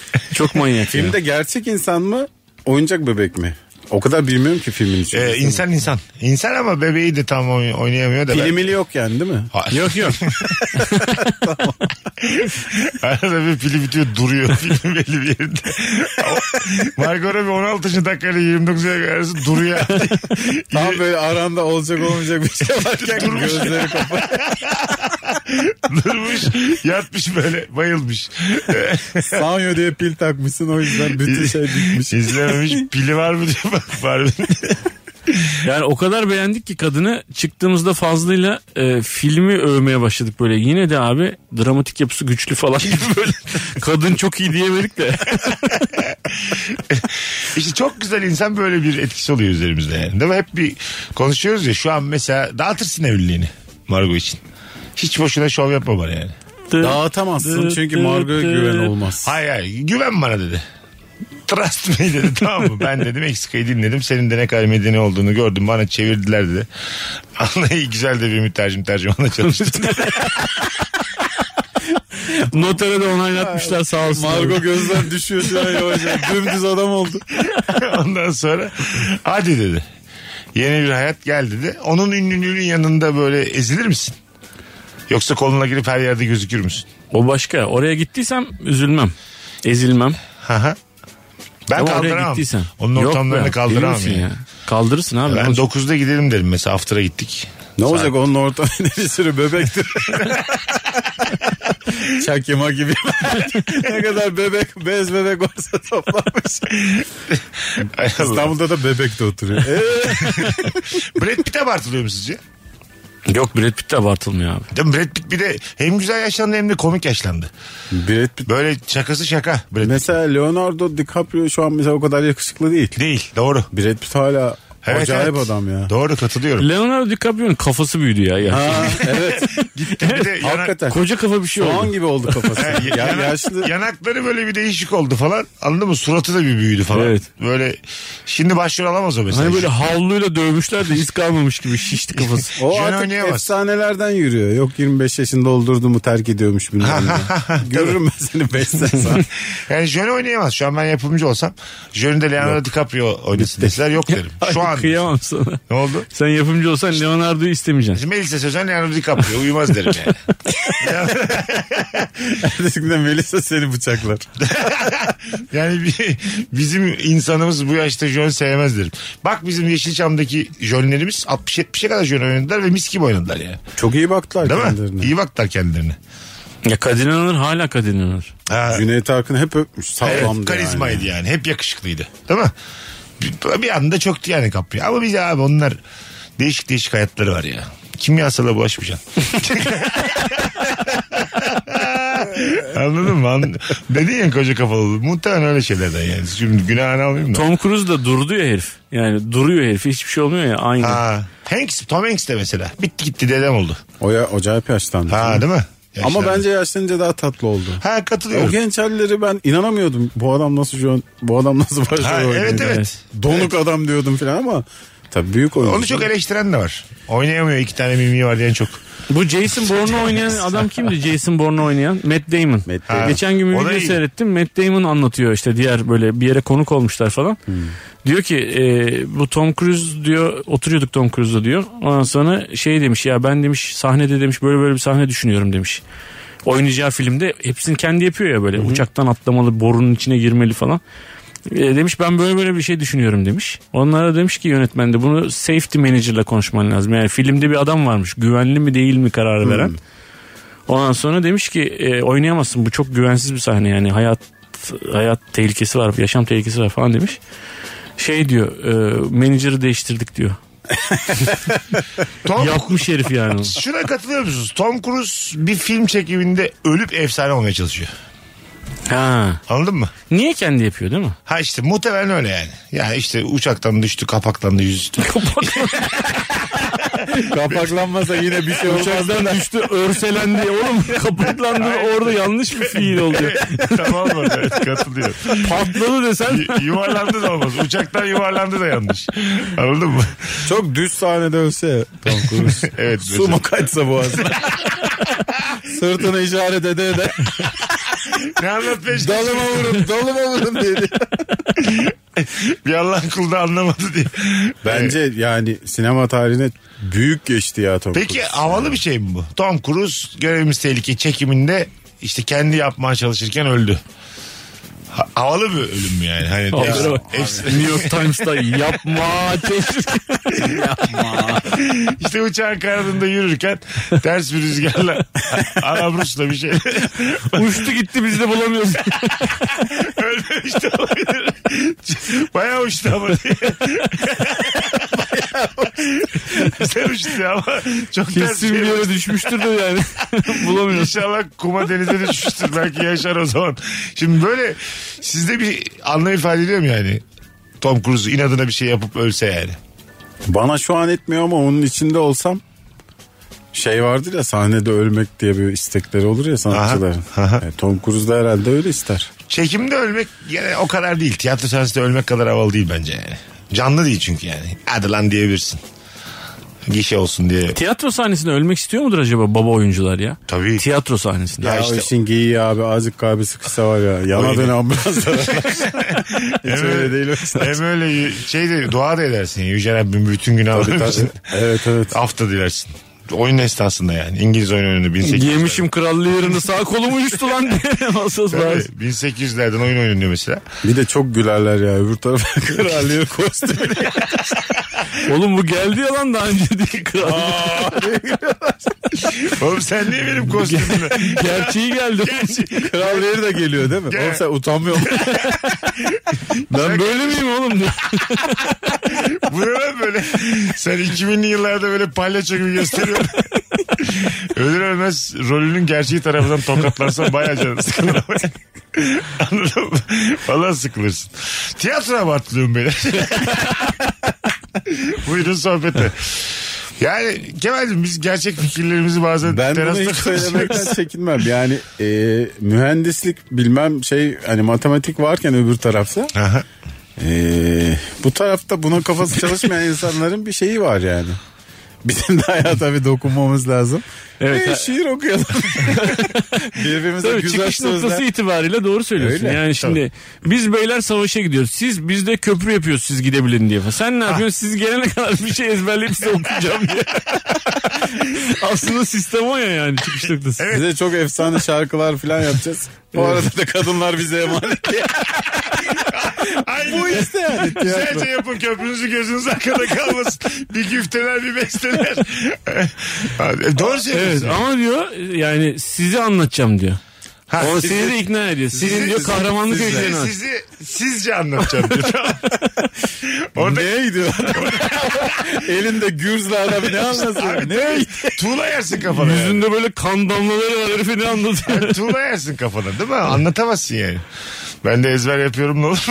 B: [laughs] Çok manyak ya.
C: Filmde gerçek insan mı oyuncak bebek mi? O kadar bilmiyorum ki filmin içinde.
A: E, insan insan. İnsan ama bebeği de tam oyn- oynayamıyor da. ben-
C: Filmili yok yani değil mi?
A: Ha-
B: Yok yok.
A: [laughs] Arada bir pili bitiyor duruyor [laughs] film belli bir yerinde. Margot Robbie 16. dakikayla 29. dakika arası duruyor. [laughs]
C: Tam böyle aranda olacak olmayacak bir şey [laughs] varken
A: Durmuş.
C: gözleri kapalı.
A: Durmuş yatmış böyle bayılmış.
C: Sanyo diye pil takmışsın o yüzden [laughs] bütün şey bitmiş.
A: İzlememiş pili var mı diye bak var mı?
B: Yani o kadar beğendik ki kadını çıktığımızda fazlıyla e, filmi övmeye başladık böyle. Yine de abi dramatik yapısı güçlü falan [laughs] gibi böyle. Kadın çok iyi diyemedik de.
A: İşte çok güzel insan böyle bir etkisi oluyor üzerimizde yani. Değil mi? Hep bir konuşuyoruz ya şu an mesela dağıtırsın evliliğini Margot için. Hiç boşuna şov yapma bana yani.
C: Dağıtamazsın çünkü Margot'a güven olmaz.
A: Hayır hayır güven bana dedi. Trust me dedi tamam mı? Ben dedim eksikayı dinledim. Senin de ne kadar medeni olduğunu gördüm. Bana çevirdiler dedi. Anlayı güzel de bir mütercim tercümanla çalıştım.
B: [laughs] Notere de onaylatmışlar sağ olsun.
C: Margot gözden düşüyor şu an yavaş
B: [laughs]
C: yavaş. Dümdüz adam oldu.
A: Ondan sonra hadi dedi. Yeni bir hayat gel dedi. Onun ünlülüğünün yanında böyle ezilir misin? Yoksa koluna girip her yerde gözükür müsün?
B: O başka. Oraya gittiysem üzülmem. Ezilmem.
A: Haha. Ben
B: Ama oraya
A: kaldıramam.
B: gittiysen.
A: Onun
B: Yok
A: ortamlarını
B: be,
A: kaldıramam
B: bilirsin
A: yani.
B: Kaldırırsın abi.
A: Ben
B: Boş-
A: 9'da gidelim derim mesela after'a gittik.
C: Ne olacak onun [laughs] ortamında bir
A: [laughs]
C: sürü bebektir. Çakima gibi. [laughs] ne kadar bebek, bez bebek varsa toplamış.
A: Ay Allah.
C: İstanbul'da da bebek de oturuyor. E,
A: Brad Pitt abartılıyor mu sizce?
B: Yok Brad Pitt de abartılmıyor abi.
A: Değil mi? Brad Pitt bir de hem güzel yaşlandı hem de komik yaşlandı.
C: Brad Pitt.
A: Böyle şakası şaka Brad Pitt.
C: Mesela Leonardo DiCaprio şu an mesela o kadar yakışıklı değil.
A: Değil doğru.
C: Brad Pitt hala
A: Evet,
C: acayip
A: evet.
C: adam
A: [laughs]
C: ya.
A: Doğru katılıyorum.
B: Leonardo DiCaprio'nun kafası büyüdü ya. ya.
C: Ha, evet.
A: Bir de yana-
C: Hakikaten.
B: Koca kafa bir şey oldu.
C: Soğan gibi oldu kafası.
A: Ha, ya-
C: ya,
A: yana-
C: yaşlı.
A: Yanakları böyle bir değişik oldu falan. Anladın mı? Suratı da bir büyüdü falan.
B: Evet.
A: Böyle şimdi başrol alamaz o mesela.
B: Hani böyle havluyla dövmüşler de iz kalmamış gibi şişti kafası.
C: O
A: Jön
C: artık
A: oynayamaz.
C: efsanelerden yürüyor. Yok 25 yaşında doldurdu mu terk ediyormuş bilmem
A: [laughs]
C: ne. Görürüm ben seni 5 sene sonra.
A: [laughs] Yani Jön'ü oynayamaz. Şu an ben yapımcı olsam Jön'ü de Leonardo DiCaprio oynasın deseler yok derim. Şu an.
B: Kıyamam sana.
A: Ne oldu?
B: Sen yapımcı olsan Leonardo'yu istemeyeceksin.
A: Şimdi Melisa Sözen Leonardo DiCaprio uyumaz derim
C: [laughs]
A: yani.
C: Ertesi gün de Melisa seni bıçaklar.
A: [laughs] Yani bi- bizim insanımız bu yaşta jön sevmez derim. Bak bizim Yeşilçam'daki jönlerimiz 60-70'e kadar jön oynadılar ve mis gibi oynadılar ya.
C: Çok iyi baktılar
A: Değil mi?
C: kendilerine.
A: İyi baktılar kendilerine.
B: Ya Kadir İnanır hala Kadir İnanır.
A: Ha,
C: Cüneyt Arkın hep öpmüş.
A: evet,
C: Sağlamdı
A: karizmaydı
C: yani.
A: yani. Hep yakışıklıydı. Değil mi? Bir, bir anda çöktü yani kapıya. Ama biz abi onlar değişik değişik hayatları var ya. Kimyasala bulaşmayacaksın. [laughs] Anladın mı? An- Dedin ya koca kafalı. Muhtemelen öyle şeylerden yani. Şimdi günahını almayayım da.
B: Tom Cruise da durdu ya herif. Yani duruyor herif. Hiçbir şey olmuyor ya. Aynı.
A: Ha. Hanks, Tom Hanks de mesela. Bitti gitti dedem oldu.
C: O ya, acayip yaşlandı.
A: Ha değil mi?
C: Ama
A: Yaşlandı.
C: bence yaşlanınca daha tatlı oldu.
A: Ha
C: O
A: katılıyorum.
C: genç halleri ben inanamıyordum. Bu adam nasıl şu an, bu adam nasıl başrol
A: Ha,
C: oynuyor?
A: evet evet.
C: Donuk adam diyordum falan ama tabii büyük oyuncu. [laughs]
A: Onu çok eleştiren de var. Oynayamıyor iki tane mimiği var diyen çok.
B: Bu Jason Bourne'u oynayan adam kimdi? Jason Bourne'u oynayan Matt Damon.
C: Matt
B: Ha. Geçen gün bir
A: O da
B: video
A: iyi.
B: seyrettim. Matt Damon anlatıyor işte diğer böyle bir yere konuk olmuşlar falan.
A: Hmm.
B: Diyor ki e, bu Tom Cruise diyor oturuyorduk Tom Cruise'la diyor. Ondan sonra şey demiş ya ben demiş sahnede demiş böyle böyle bir sahne düşünüyorum demiş. Oynayacağı filmde hepsini kendi yapıyor ya böyle uçaktan atlamalı borunun içine girmeli falan. E, demiş ben böyle böyle bir şey düşünüyorum demiş. Onlara demiş ki yönetmen de bunu safety manager'la konuşman lazım. Yani filmde bir adam varmış güvenli mi değil mi
A: Hmm.
B: kararı veren. Ondan sonra demiş ki e, oynayamazsın bu çok güvensiz bir sahne yani hayat hayat tehlikesi var yaşam tehlikesi var falan demiş. Şey diyor e, menajeri değiştirdik diyor.
A: Tom,
B: Yapmış herif yani. [laughs] onu.
A: şuna katılıyor musunuz? Tom Cruise bir film çekiminde ölüp efsane olmaya çalışıyor.
B: ha.
A: Anladın mı?
B: Niye kendi yapıyor değil mi?
A: Ha işte muhtemelen öyle yani. Yani işte uçaktan düştü, kapaktan da yüzdü.
C: kapaklanmasa yine bir şey olmaz.
B: Uçaktan düştü örselendi oğlum kapaklandı orada yanlış bir fiil oldu.
A: [laughs] tamam mı? Evet, katılıyorum.
B: Patladı [laughs] desen
A: Y- yuvarlandı da olmaz. Uçaktan yuvarlandı da yanlış. Anladın mı?
C: [laughs] Çok düz sahnede ölse Tom
A: [laughs]
C: Cruise.
A: Evet.
C: Su mu kaçsa boğazına.
A: [laughs]
C: Sırtını işaret ede ede.
A: Ne anlatmaya çalışıyorsun?
C: Dalıma vurun, dalıma vurun dedi.
A: Bir Allah'ın kulu da anlamadı diye.
C: Bence yani sinema tarihine büyük geçti ya Tom
A: Peki
C: Cruise.
A: havalı bir şey mi bu? Tom Cruise görevimiz tehlike çekiminde işte kendi yapmaya çalışırken öldü. Ha- havalı bir ölüm mü yani? Hani
B: Havalı
A: hepsi-
B: bak.
A: hepsi-
B: New York Times'ta yapma
A: işte uçağın kanadında yürürken ters bir rüzgarla [laughs] Alabrus'la bir şey [laughs]
B: uçtu gitti biz de bulamıyoruz.
A: ölmemiş de olabilir. Bayağı uçtu ama diye. Güzel uçtu ama çok ters
B: Kesin
A: bir
B: bir
A: yere
B: yere düşmüştür de yani. [laughs] bulamıyoruz.
A: İnşallah kuma denize düşmüştür. Belki yaşar o zaman. Şimdi böyle sizde bir anlam ifade ediyor mu yani? Tom Cruise inadına bir şey yapıp ölse yani.
C: Bana şu an etmiyor ama onun içinde olsam şey vardır ya sahnede ölmek diye bir istekleri olur ya sanatçıların.
A: Aha, aha.
C: E, Tom Cruise da herhalde öyle ister.
A: Çekimde ölmek yani o kadar değil. Tiyatro sahnesinde ölmek kadar havalı değil bence yani. Canlı değil çünkü yani. Hadi lan diyebilirsin. Gişe olsun
C: [laughs]
A: diye.
B: Tiyatro sahnesinde ölmek istiyor mudur acaba baba oyuncular ya?
A: Tabii.
B: Tiyatro sahnesinde.
A: Ya
C: Ya,
A: işte-
C: o işin giyi abi azıcık kahvesi kısa var ya. Yana
A: Oyun.
C: dön ambulans da.
A: [laughs] Hem
C: Hiç öyle değil o işler.
A: Hem öyle şey de dua da edersin. Yüce Rabbim bütün günahları
C: Tabii, tabii.
A: bütün
C: Evet evet.
A: Hafta dilersin. oyun esnasında yani. İngiliz oyun oyunu 1800'lerde.
B: Yemişim krallı yerini sağ kolum uyuştu
C: [laughs]
B: lan diye. Masas
A: Tabii,
B: bazı.
A: 1800'lerden oyun oynanıyor mesela.
C: Bir de çok gülerler ya
A: [laughs]
C: öbür tarafa kraliyet kostümü.
B: Oğlum bu geldi ya lan daha önce diye kral.
A: Oğlum sen niye benim
C: [laughs]
A: kostümümle?
B: Gerçeği geldi.
C: Kraliyet de geliyor değil mi? Oğlum sen utanmıyor
A: [laughs]
C: musun?
B: ben böyle miyim oğlum? diye.
A: Bu ne lan
C: [laughs]
A: böyle? Sen 2000'li yıllarda böyle palyaço gibi
C: [laughs]
A: gösteriyorsun. Ölür ölmez rolünün gerçeği tarafından tokatlarsan bayağı canın sıkılır. [laughs] Anladın mı? Valla sıkılırsın. Tiyatro abartılıyorum beni. [laughs] Buyurun sohbete. Yani Kemal'cim biz gerçek fikirlerimizi bazen
C: Ben bunu
A: terasta
C: hiç
A: konuşuyoruz.
C: söylemekten çekinmem. Yani e, mühendislik bilmem şey hani matematik varken öbür tarafta
A: Aha.
C: Ee, bu tarafta buna kafası çalışmayan insanların bir şeyi var yani. Bizim de hayata bir dokunmamız lazım.
B: Evet,
C: Evet.
B: ha-
C: şiir okuyalım. Birbirimize
B: Tabii
C: güzel
B: çıkış noktası
C: sözler.
B: itibariyle doğru söylüyorsun.
C: Öyle,
B: yani şimdi biz beyler savaşa gidiyoruz. Siz biz de köprü yapıyoruz siz gidebilin diye. Sen
C: Ah.
B: ne yapıyorsun? Siz gelene kadar bir şey ezberleyip size
C: [laughs]
B: okuyacağım diye. Aslında sistem o ya yani çıkış noktası.
C: Size çok efsane şarkılar falan yapacağız. Bu arada da kadınlar bize emanet.
A: Aynı. Bu
C: İşte yani tiyatro.
A: Güzelce yapın köprünüzü gözünüz arkada kalmasın. bir güfteler bir
C: [laughs]
A: besteler. E, Doğru
B: Evet
A: söylüyorsun.
B: ama diyor yani sizi anlatacağım diyor.
C: Ah,
A: Ha,
B: O
A: sizi-
B: seni de ikna ediyor. Sizin
A: sizi-
B: diyor kahramanlık
A: sizi-
B: öykülerini anlat.
A: Sizi sizce anlatacağım diyor.
B: [laughs]
A: Tamam. Orada
C: Neye gidiyor? Elinde gürzle adam
B: [laughs]
C: ne anlasın? Neye gidiyor?
A: tuğla yersin kafana. yani.
B: Yüzünde böyle kan damlaları var herife ne anlatıyor.
A: Tuğla yersin kafana değil mi? Anlatamazsın yani. Ben de ezber yapıyorum ne olur. [laughs]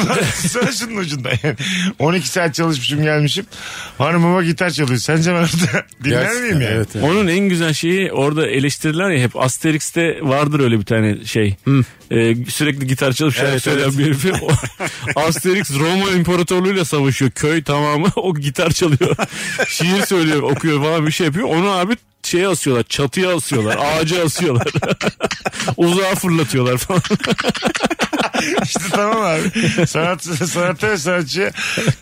A: Sana şunun ucundan yani. 12 saat çalışmışım gelmişim. Hanımıma gitar çalıyor. Sence ben orada [laughs] dinler miyim yani?
C: Evet, evet.
B: [laughs] Onun en güzel şeyi orada eleştiriler ya hep Asterix'te vardır öyle bir tane şey. Ee, sürekli gitar çalıp şarkı
C: Evet,
B: söyleyen
C: evet.
B: bir herifi. O- Asterix Roma İmparatorluğu'yla savaşıyor. Köy tamamı [laughs] o gitar çalıyor. Şiir söylüyor, okuyor falan bir şey yapıyor. Onu abi şeye asıyorlar, çatıya asıyorlar, ağaca asıyorlar. [laughs] Uzağa fırlatıyorlar falan.
A: İşte tamam abi. Sanat, sanatta ve sanatçıya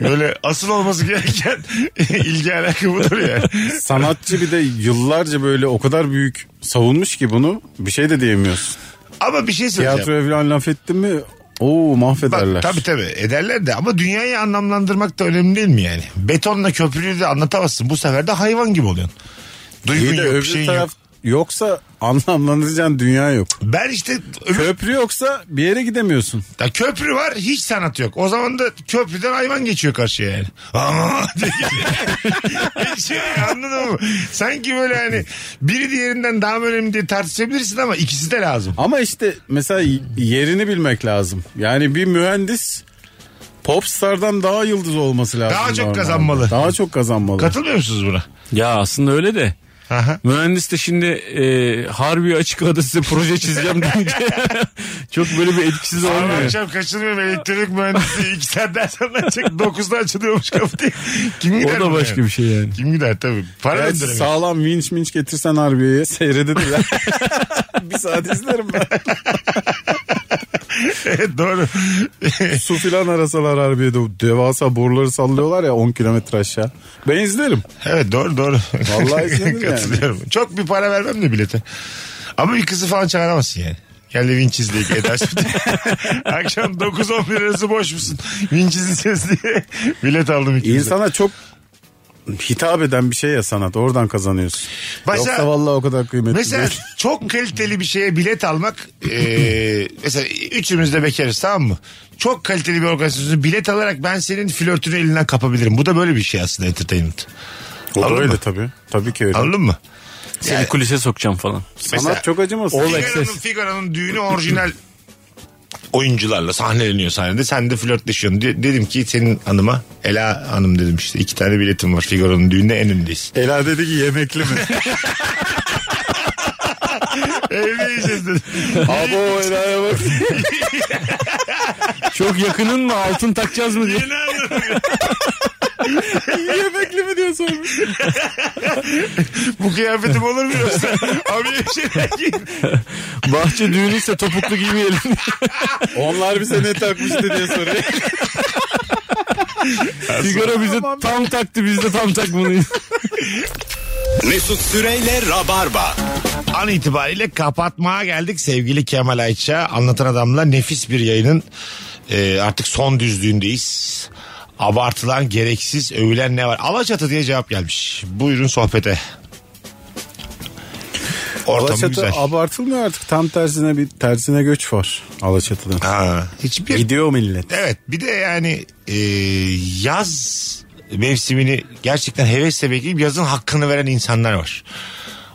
A: böyle asıl olması gereken [laughs] ilgi alaka budur yani.
C: Sanatçı bir de yıllarca böyle o kadar büyük savunmuş ki bunu bir şey de diyemiyorsun.
A: Ama bir şey söyleyeceğim.
C: Tiyatroya falan laf ettin mi? Oo mahvederler.
A: Bak, tabii tabii ederler de ama dünyayı anlamlandırmak da önemli değil mi yani? Betonla köprüyü de anlatamazsın. Bu sefer de hayvan gibi oluyorsun. Duygun
C: İyi de
A: yok bir
C: öbür
A: şeyin
C: taraf
A: yok.
C: yoksa anlamlandıracağın dünya yok.
A: Ben işte öbür-
C: Köprü yoksa bir yere gidemiyorsun.
A: Ya köprü var hiç sanat yok. O zaman da köprüden hayvan geçiyor karşıya yani. [laughs] Aa diye [laughs] geçiyor yani, anladın mı? Sanki böyle hani biri diğerinden daha mı önemli diye tartışabilirsin ama ikisi de lazım.
C: Ama işte mesela y- yerini bilmek lazım. Yani bir mühendis popstardan daha yıldız olması lazım.
A: Daha çok
C: normalde.
A: kazanmalı.
C: Daha çok kazanmalı.
A: Katılmıyor musunuz buna?
B: Ya aslında öyle de.
A: Aha.
B: Mühendis de şimdi e, harbi açık havada size proje çizeceğim deyince [laughs] çok böyle bir etkisiz
A: Abi
B: olmuyor.
A: akşam kaçırmıyorum elektrik mühendisi iki saat ders anlatacak 9'da açılıyormuş kapı diye. Kim gider?
B: O da
A: buna
B: başka
A: yani?
B: bir şey yani.
A: Kim gider tabii. Para
C: Gerçi
A: döndüremiyor.
C: sağlam vinç minç getirsen [laughs] harbiye seyredilirler. bir saat izlerim ben.
A: [laughs] Evet, Doğru.
C: Su filan arasalar harbiyede devasa boruları sallıyorlar ya 10 kilometre aşağı. Ben izlerim.
A: Evet doğru doğru.
C: Vallahi izledim
A: [laughs]
C: yani.
A: Katılıyorum. Çok bir para vermem de bilete. Ama bir kızı falan çağıramazsın yani. Gel de Winchiz diye [laughs] edersin. Akşam 9-11 arası boş musun? Winchiz'i ses diye [laughs] bilet aldım ikimize.
C: İnsana çok hitap eden bir şey ya sanat. Oradan kazanıyorsun.
A: Başa-
C: Yoksa vallahi o kadar kıymetli
A: Mesela
C: değil.
A: çok kaliteli bir şeye bilet almak eee, mesela üçümüz de bekarız tamam mı? Çok kaliteli bir organizasyonu bilet alarak ben senin flörtünü elinden kapabilirim. Bu da böyle bir şey aslında entertainment.
C: O da
A: Anladın
C: öyle
A: mı?
C: tabii. Tabii ki öyle.
A: Anladın mı?
B: Seni kulise sokacağım falan.
C: Sanat
A: Mesela-
C: çok acımasız.
A: Figaro'nun Figaro'nun düğünü orijinal [clears throat] oyuncularla sahneleniyor sahnede. Sen de flörtleşiyorsun. De- dedim ki senin hanıma Ela Hanım dedim işte iki tane biletim var Figaro'nun düğününe en öndeyiz.
C: Ela dedi ki yemekli mi?
A: Evde yiyeceğiz [laughs] dedim.
C: Abo Ela'ya [laughs] bak.
B: Çok yakının mı altın takacağız mı diye.
A: Yeni hanım.
C: yemekli mi diye sormuş.
A: Bu kıyafetim olur mu [laughs] yoksa? Abi bir şey şeyler giyin.
B: Bahçe düğünüyse topuklu giymeyelim.
C: [laughs] Onlar bize ne takmıştı diye
B: [laughs]
C: soruyor.
B: Sigara bize tam taktı biz de tam takmalıyız.
G: Mesut Süreyle Rabarba.
A: An itibariyle kapatmaya geldik sevgili Kemal Ayça. Anlatan Adam'la nefis bir yayının e, artık son düzlüğündeyiz. Abartılan, gereksiz, övülen ne var? Alaçatı diye cevap gelmiş. Buyurun sohbete. Ortamı
C: Alaçatı
A: güzel.
C: abartılmıyor artık. Tam tersine bir tersine göç var Alaçatı'dan.
A: ha, hiçbir
C: Gidiyor millet.
A: Evet bir de yani e, yaz mevsimini gerçekten hevesle bekleyip yazın hakkını veren insanlar var.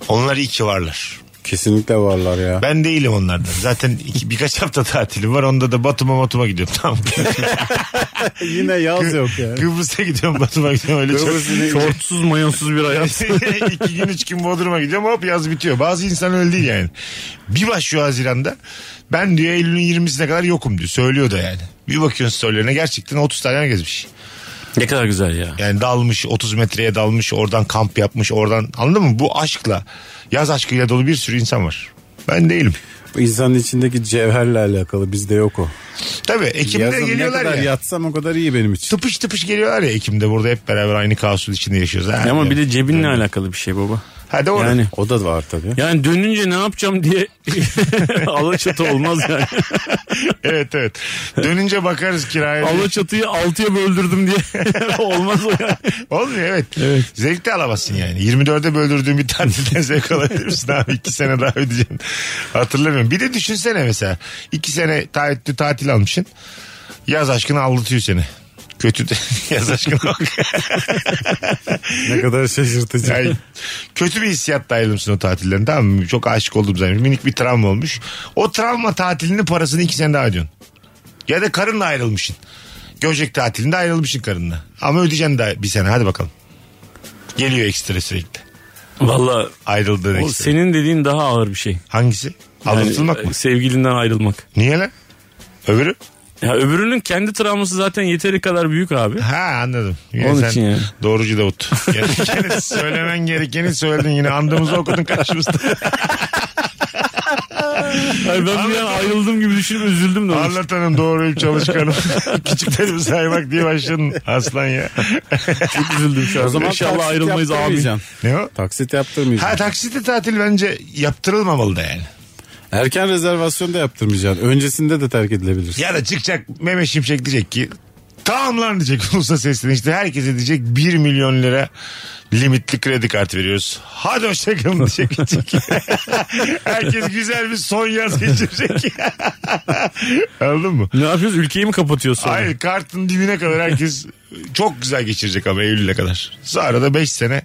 A: Onlar iyi ki varlar.
C: Kesinlikle varlar ya.
A: Ben değilim onlardan. Zaten iki, birkaç hafta tatilim var. Onda da Batum'a Batum'a gidiyorum. Tamam.
C: Yine yaz yok yani.
A: Kıbrıs'a gidiyorum Batum'a gidiyorum. Öyle çok.
B: Şortsuz mayonsuz bir hayat.
A: [laughs] İki gün üç gün Bodrum'a gidiyorum hop yaz bitiyor. Bazı insan öyle değil yani. Bir başlıyor Haziran'da. Ben diyor Eylül'ün 20'sine kadar yokum diyor. Söylüyor da yani. Bir bakıyorsun storylerine gerçekten 30 tane gezmiş.
B: ne kadar güzel ya.
A: Yani dalmış 30 metreye dalmış oradan kamp yapmış oradan anladın mı? Bu aşkla yaz aşkıyla dolu bir sürü insan var. Ben değilim.
C: Bu [laughs] İnsanın içindeki cevherle alakalı bizde yok o.
A: Tabii Ekim'de
C: Yazın ne
A: geliyorlar
C: kadar
A: ya.
C: yatsam o kadar iyi benim için.
A: Tıpış tıpış geliyorlar ya Ekim'de burada hep beraber aynı kaosun içinde yaşıyoruz. Ha,
B: Ama
A: yani.
B: bir de cebinle alakalı bir şey baba.
A: Hadi orada.
B: Yani
C: O da var tabii.
B: yani dönünce ne yapacağım [laughs] diye Alaçatı olmaz yani.
A: Evet evet. Dönünce bakarız kiraya.
B: [laughs] Alaçatı'yı altıya böldürdüm diye [laughs] olmaz o yani.
A: Olmuyor evet. Zevk de alamazsın yani. 24'e böldürdüğün bir tatilden [laughs] zevk alabilir misin abi? İki sene daha ödeyeceksin. Hatırlamıyorum. Bir de düşünsene mesela. iki sene taahhütlü tatil almışsın. Yaz aşkını avlatıyor seni. Kötü de [laughs] yaz aşkına bak.
C: [laughs] Ne kadar şaşırtıcı.
A: Yani kötü bir hissiyat ayrılmışsın o tatilden tamam mı? Çok aşık oldum zaten. Minik bir travma olmuş. O travma tatilinin parasını iki sene daha ödüyorsun. Ya da karınla ayrılmışsın. Göcek tatilinde ayrılmışsın karınla. Ama ödeyeceksin daha bir sene hadi bakalım. Geliyor ekstra sürekli.
B: Valla
A: Ayrıldığın
B: o
A: ekstra.
B: senin dediğin daha ağır bir şey.
A: Hangisi? Aldatılmak
B: Yani,
A: mı?
B: e, Sevgilinden ayrılmak.
A: Niye lan? Öbürü?
B: Ya öbürünün kendi travması zaten yeteri kadar büyük [laughs] abi.
A: Ha anladım. Yine
B: Onun
A: sen
B: için yani.
A: Doğrucu Davut.
B: [laughs]
A: Gerekeni söylemen gerekeni söyledin yine. Andımızı okudun karşımızda.
B: Hayır, ben bir an ayrıldım gibi düşünüp üzüldüm de.
A: Anlatanım doğruyum
B: [laughs]
A: çalışkanım. Küçüklerimi saymak diye başladın aslan ya.
B: Çok üzüldüm
A: [laughs]
B: şu an. İnşallah
C: taksit
B: ayrılmayız abi.
C: yaptırmayacaksın.
A: Ne o?
C: Taksit
A: Ha
C: yaptırmayacaksın.
A: taksitli tatil bence yaptırılmamalı da yani.
C: Erken rezervasyon da yaptırmayacaksın. Öncesinde de terk edilebilir.
A: Ya da çıkacak Mehmet Şimşek diyecek ki tamam lan diyecek [laughs] ulusal sesini işte herkese diyecek 1 milyon lira limitli kredi kartı veriyoruz. Hadi hoşçakalın diyecek. gidecek. Herkes güzel bir son yaz geçirecek. Anladın mı?
B: Ne yapıyoruz? Ülkeyi mi kapatıyoruz sonra?
A: Hayır kartın dibine kadar herkes çok güzel geçirecek ama Eylül'e kadar. Sonra da 5 sene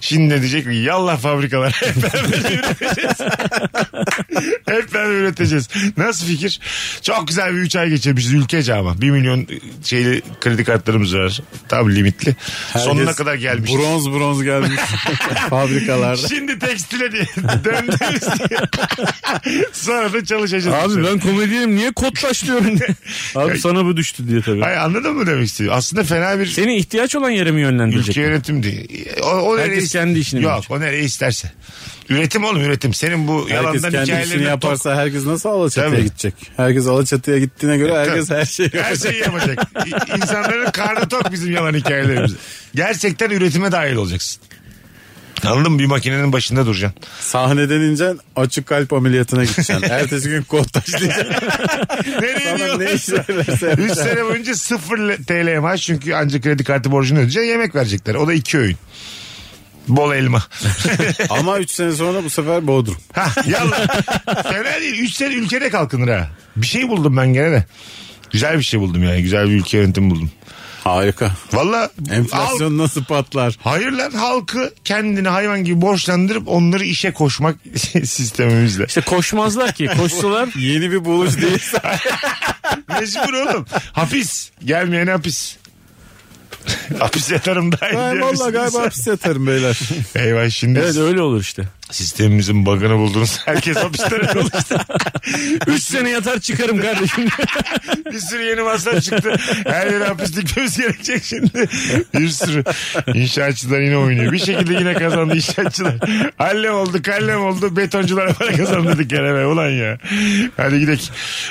A: şimdi de diyecek ki yallah fabrikalar [laughs] hep beraber üreteceğiz. [laughs] hep beraber üreteceğiz. Nasıl fikir? Çok güzel bir 3 ay geçirmişiz ülkece ama. 1 milyon şeyli kredi kartlarımız var. Tam limitli. Sonuna
C: Herkes
A: kadar gelmişiz.
C: Bronz
A: [laughs]
C: bronz gelmiş. Fabrikalarda.
A: Şimdi tekstile [laughs] diye döndünüz diye. [laughs] Sonra da çalışacağız.
B: Abi ben komedyenim niye kodlaşlıyorum? [laughs] abi sana bu düştü diye tabii.
A: Ay, anladın mı demek istiyorum? Aslında fena bir
B: Seni ihtiyaç olan yere mi yönlendirecek?
A: Ülke yönetim değil. O, o
B: Herkes
A: nereye-
B: kendi işini
A: Yok
B: bilecek.
A: o nereye isterse. Üretim oğlum üretim. Senin bu
C: Herkes
A: yalandan
C: kendi işini
A: hikayelerini
C: yaparsa herkes nasıl Alaçatı'ya
A: Tabii.
C: gidecek? Herkes Alaçatı'ya gittiğine göre herkes her şeyi
A: her şeyi yapacak. İ- İnsanların karnı tok bizim yalan hikayelerimiz. Gerçekten üretime dahil olacaksın. Anladın mı? Bir makinenin başında duracaksın.
C: Sahneden ineceksin açık kalp
A: [laughs]
C: ameliyatına gideceksin. Ertesi gün kod taşlayacaksın.
A: Nereye
C: Sana ne
A: diyorsun?
C: işlerlerse.
A: 3 sene boyunca 0 TL maaş çünkü ancak kredi kartı borcunu ödeyeceksin yemek verecekler. O da iki öğün. Bol elma.
C: Ama 3 sene sonra bu sefer Bodrum.
A: Hah yallah. Fena değil. Üç sene ülkede kalkınır ha. Bir şey buldum ben gene de. Güzel bir şey buldum yani. Güzel bir ülke yönetimi buldum.
C: Harika.
A: Valla
C: Enflasyon nasıl patlar?
A: hayır lan halkı kendini hayvan gibi borçlandırıp onları işe koşmak [laughs] sistemimizle.
B: İşte koşmazlar ki. Koşsalar [laughs]
C: Yeni bir buluş
A: [laughs]
C: değilse.
A: Mecbur oğlum. Hapis. Gelmeyen hapis. [laughs] hapis yatarım daha iyi.
C: ben
A: diyor
C: valla
A: musun?
C: galiba hapis yatarım beyler.
A: Eyvah şimdi.
B: evet öyle olur işte.
A: Sistemimizin bug'ını buldunuz. Herkes hapisten çalıştı.
B: 3 sene yatar çıkarım kardeşim.
A: Bir sürü yeni masraf çıktı. Her yere hapis dikmemiz gerekecek şimdi. Bir sürü inşaatçılar yine oynuyor. Bir şekilde yine kazandı inşaatçılar. Hallem oldu kallem oldu. Betonculara para kazandırdık yani. Ulan ya. Hadi gidelim.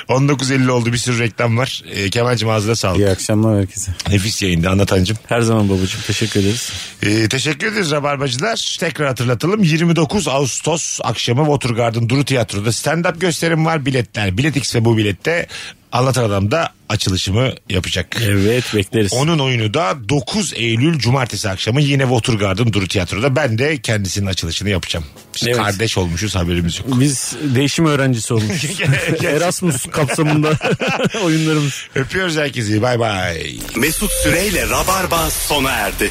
A: 19.50 oldu bir sürü reklam var. E, Kemal'cim ağzına sağlık.
C: İyi akşamlar herkese.
A: Nefis yayında anlatancım.
B: [laughs] Her zaman babacığım teşekkür ederiz.
A: Ee, teşekkür ederiz Rabarbacılar. Tekrar hatırlatalım. 29 Ağustos akşamı Watergarden Duru Tiyatro'da stand-up gösterim var. Biletler Biletix ve bu bilette Anlatan Adam da açılışımı yapacak.
B: Evet bekleriz.
A: Onun oyunu da 9 Eylül Cumartesi akşamı yine Watergarden Duru Tiyatro'da. Ben de kendisinin açılışını yapacağım. Biz
B: Evet.
A: kardeş olmuşuz haberimiz yok.
B: Biz değişim öğrencisi [laughs] olmuşuz. Erasmus [laughs] kapsamında oyunlarımız.
A: Öpüyoruz herkesi. Bay bay.
G: Mesut Süreyle Rabarba sona erdi.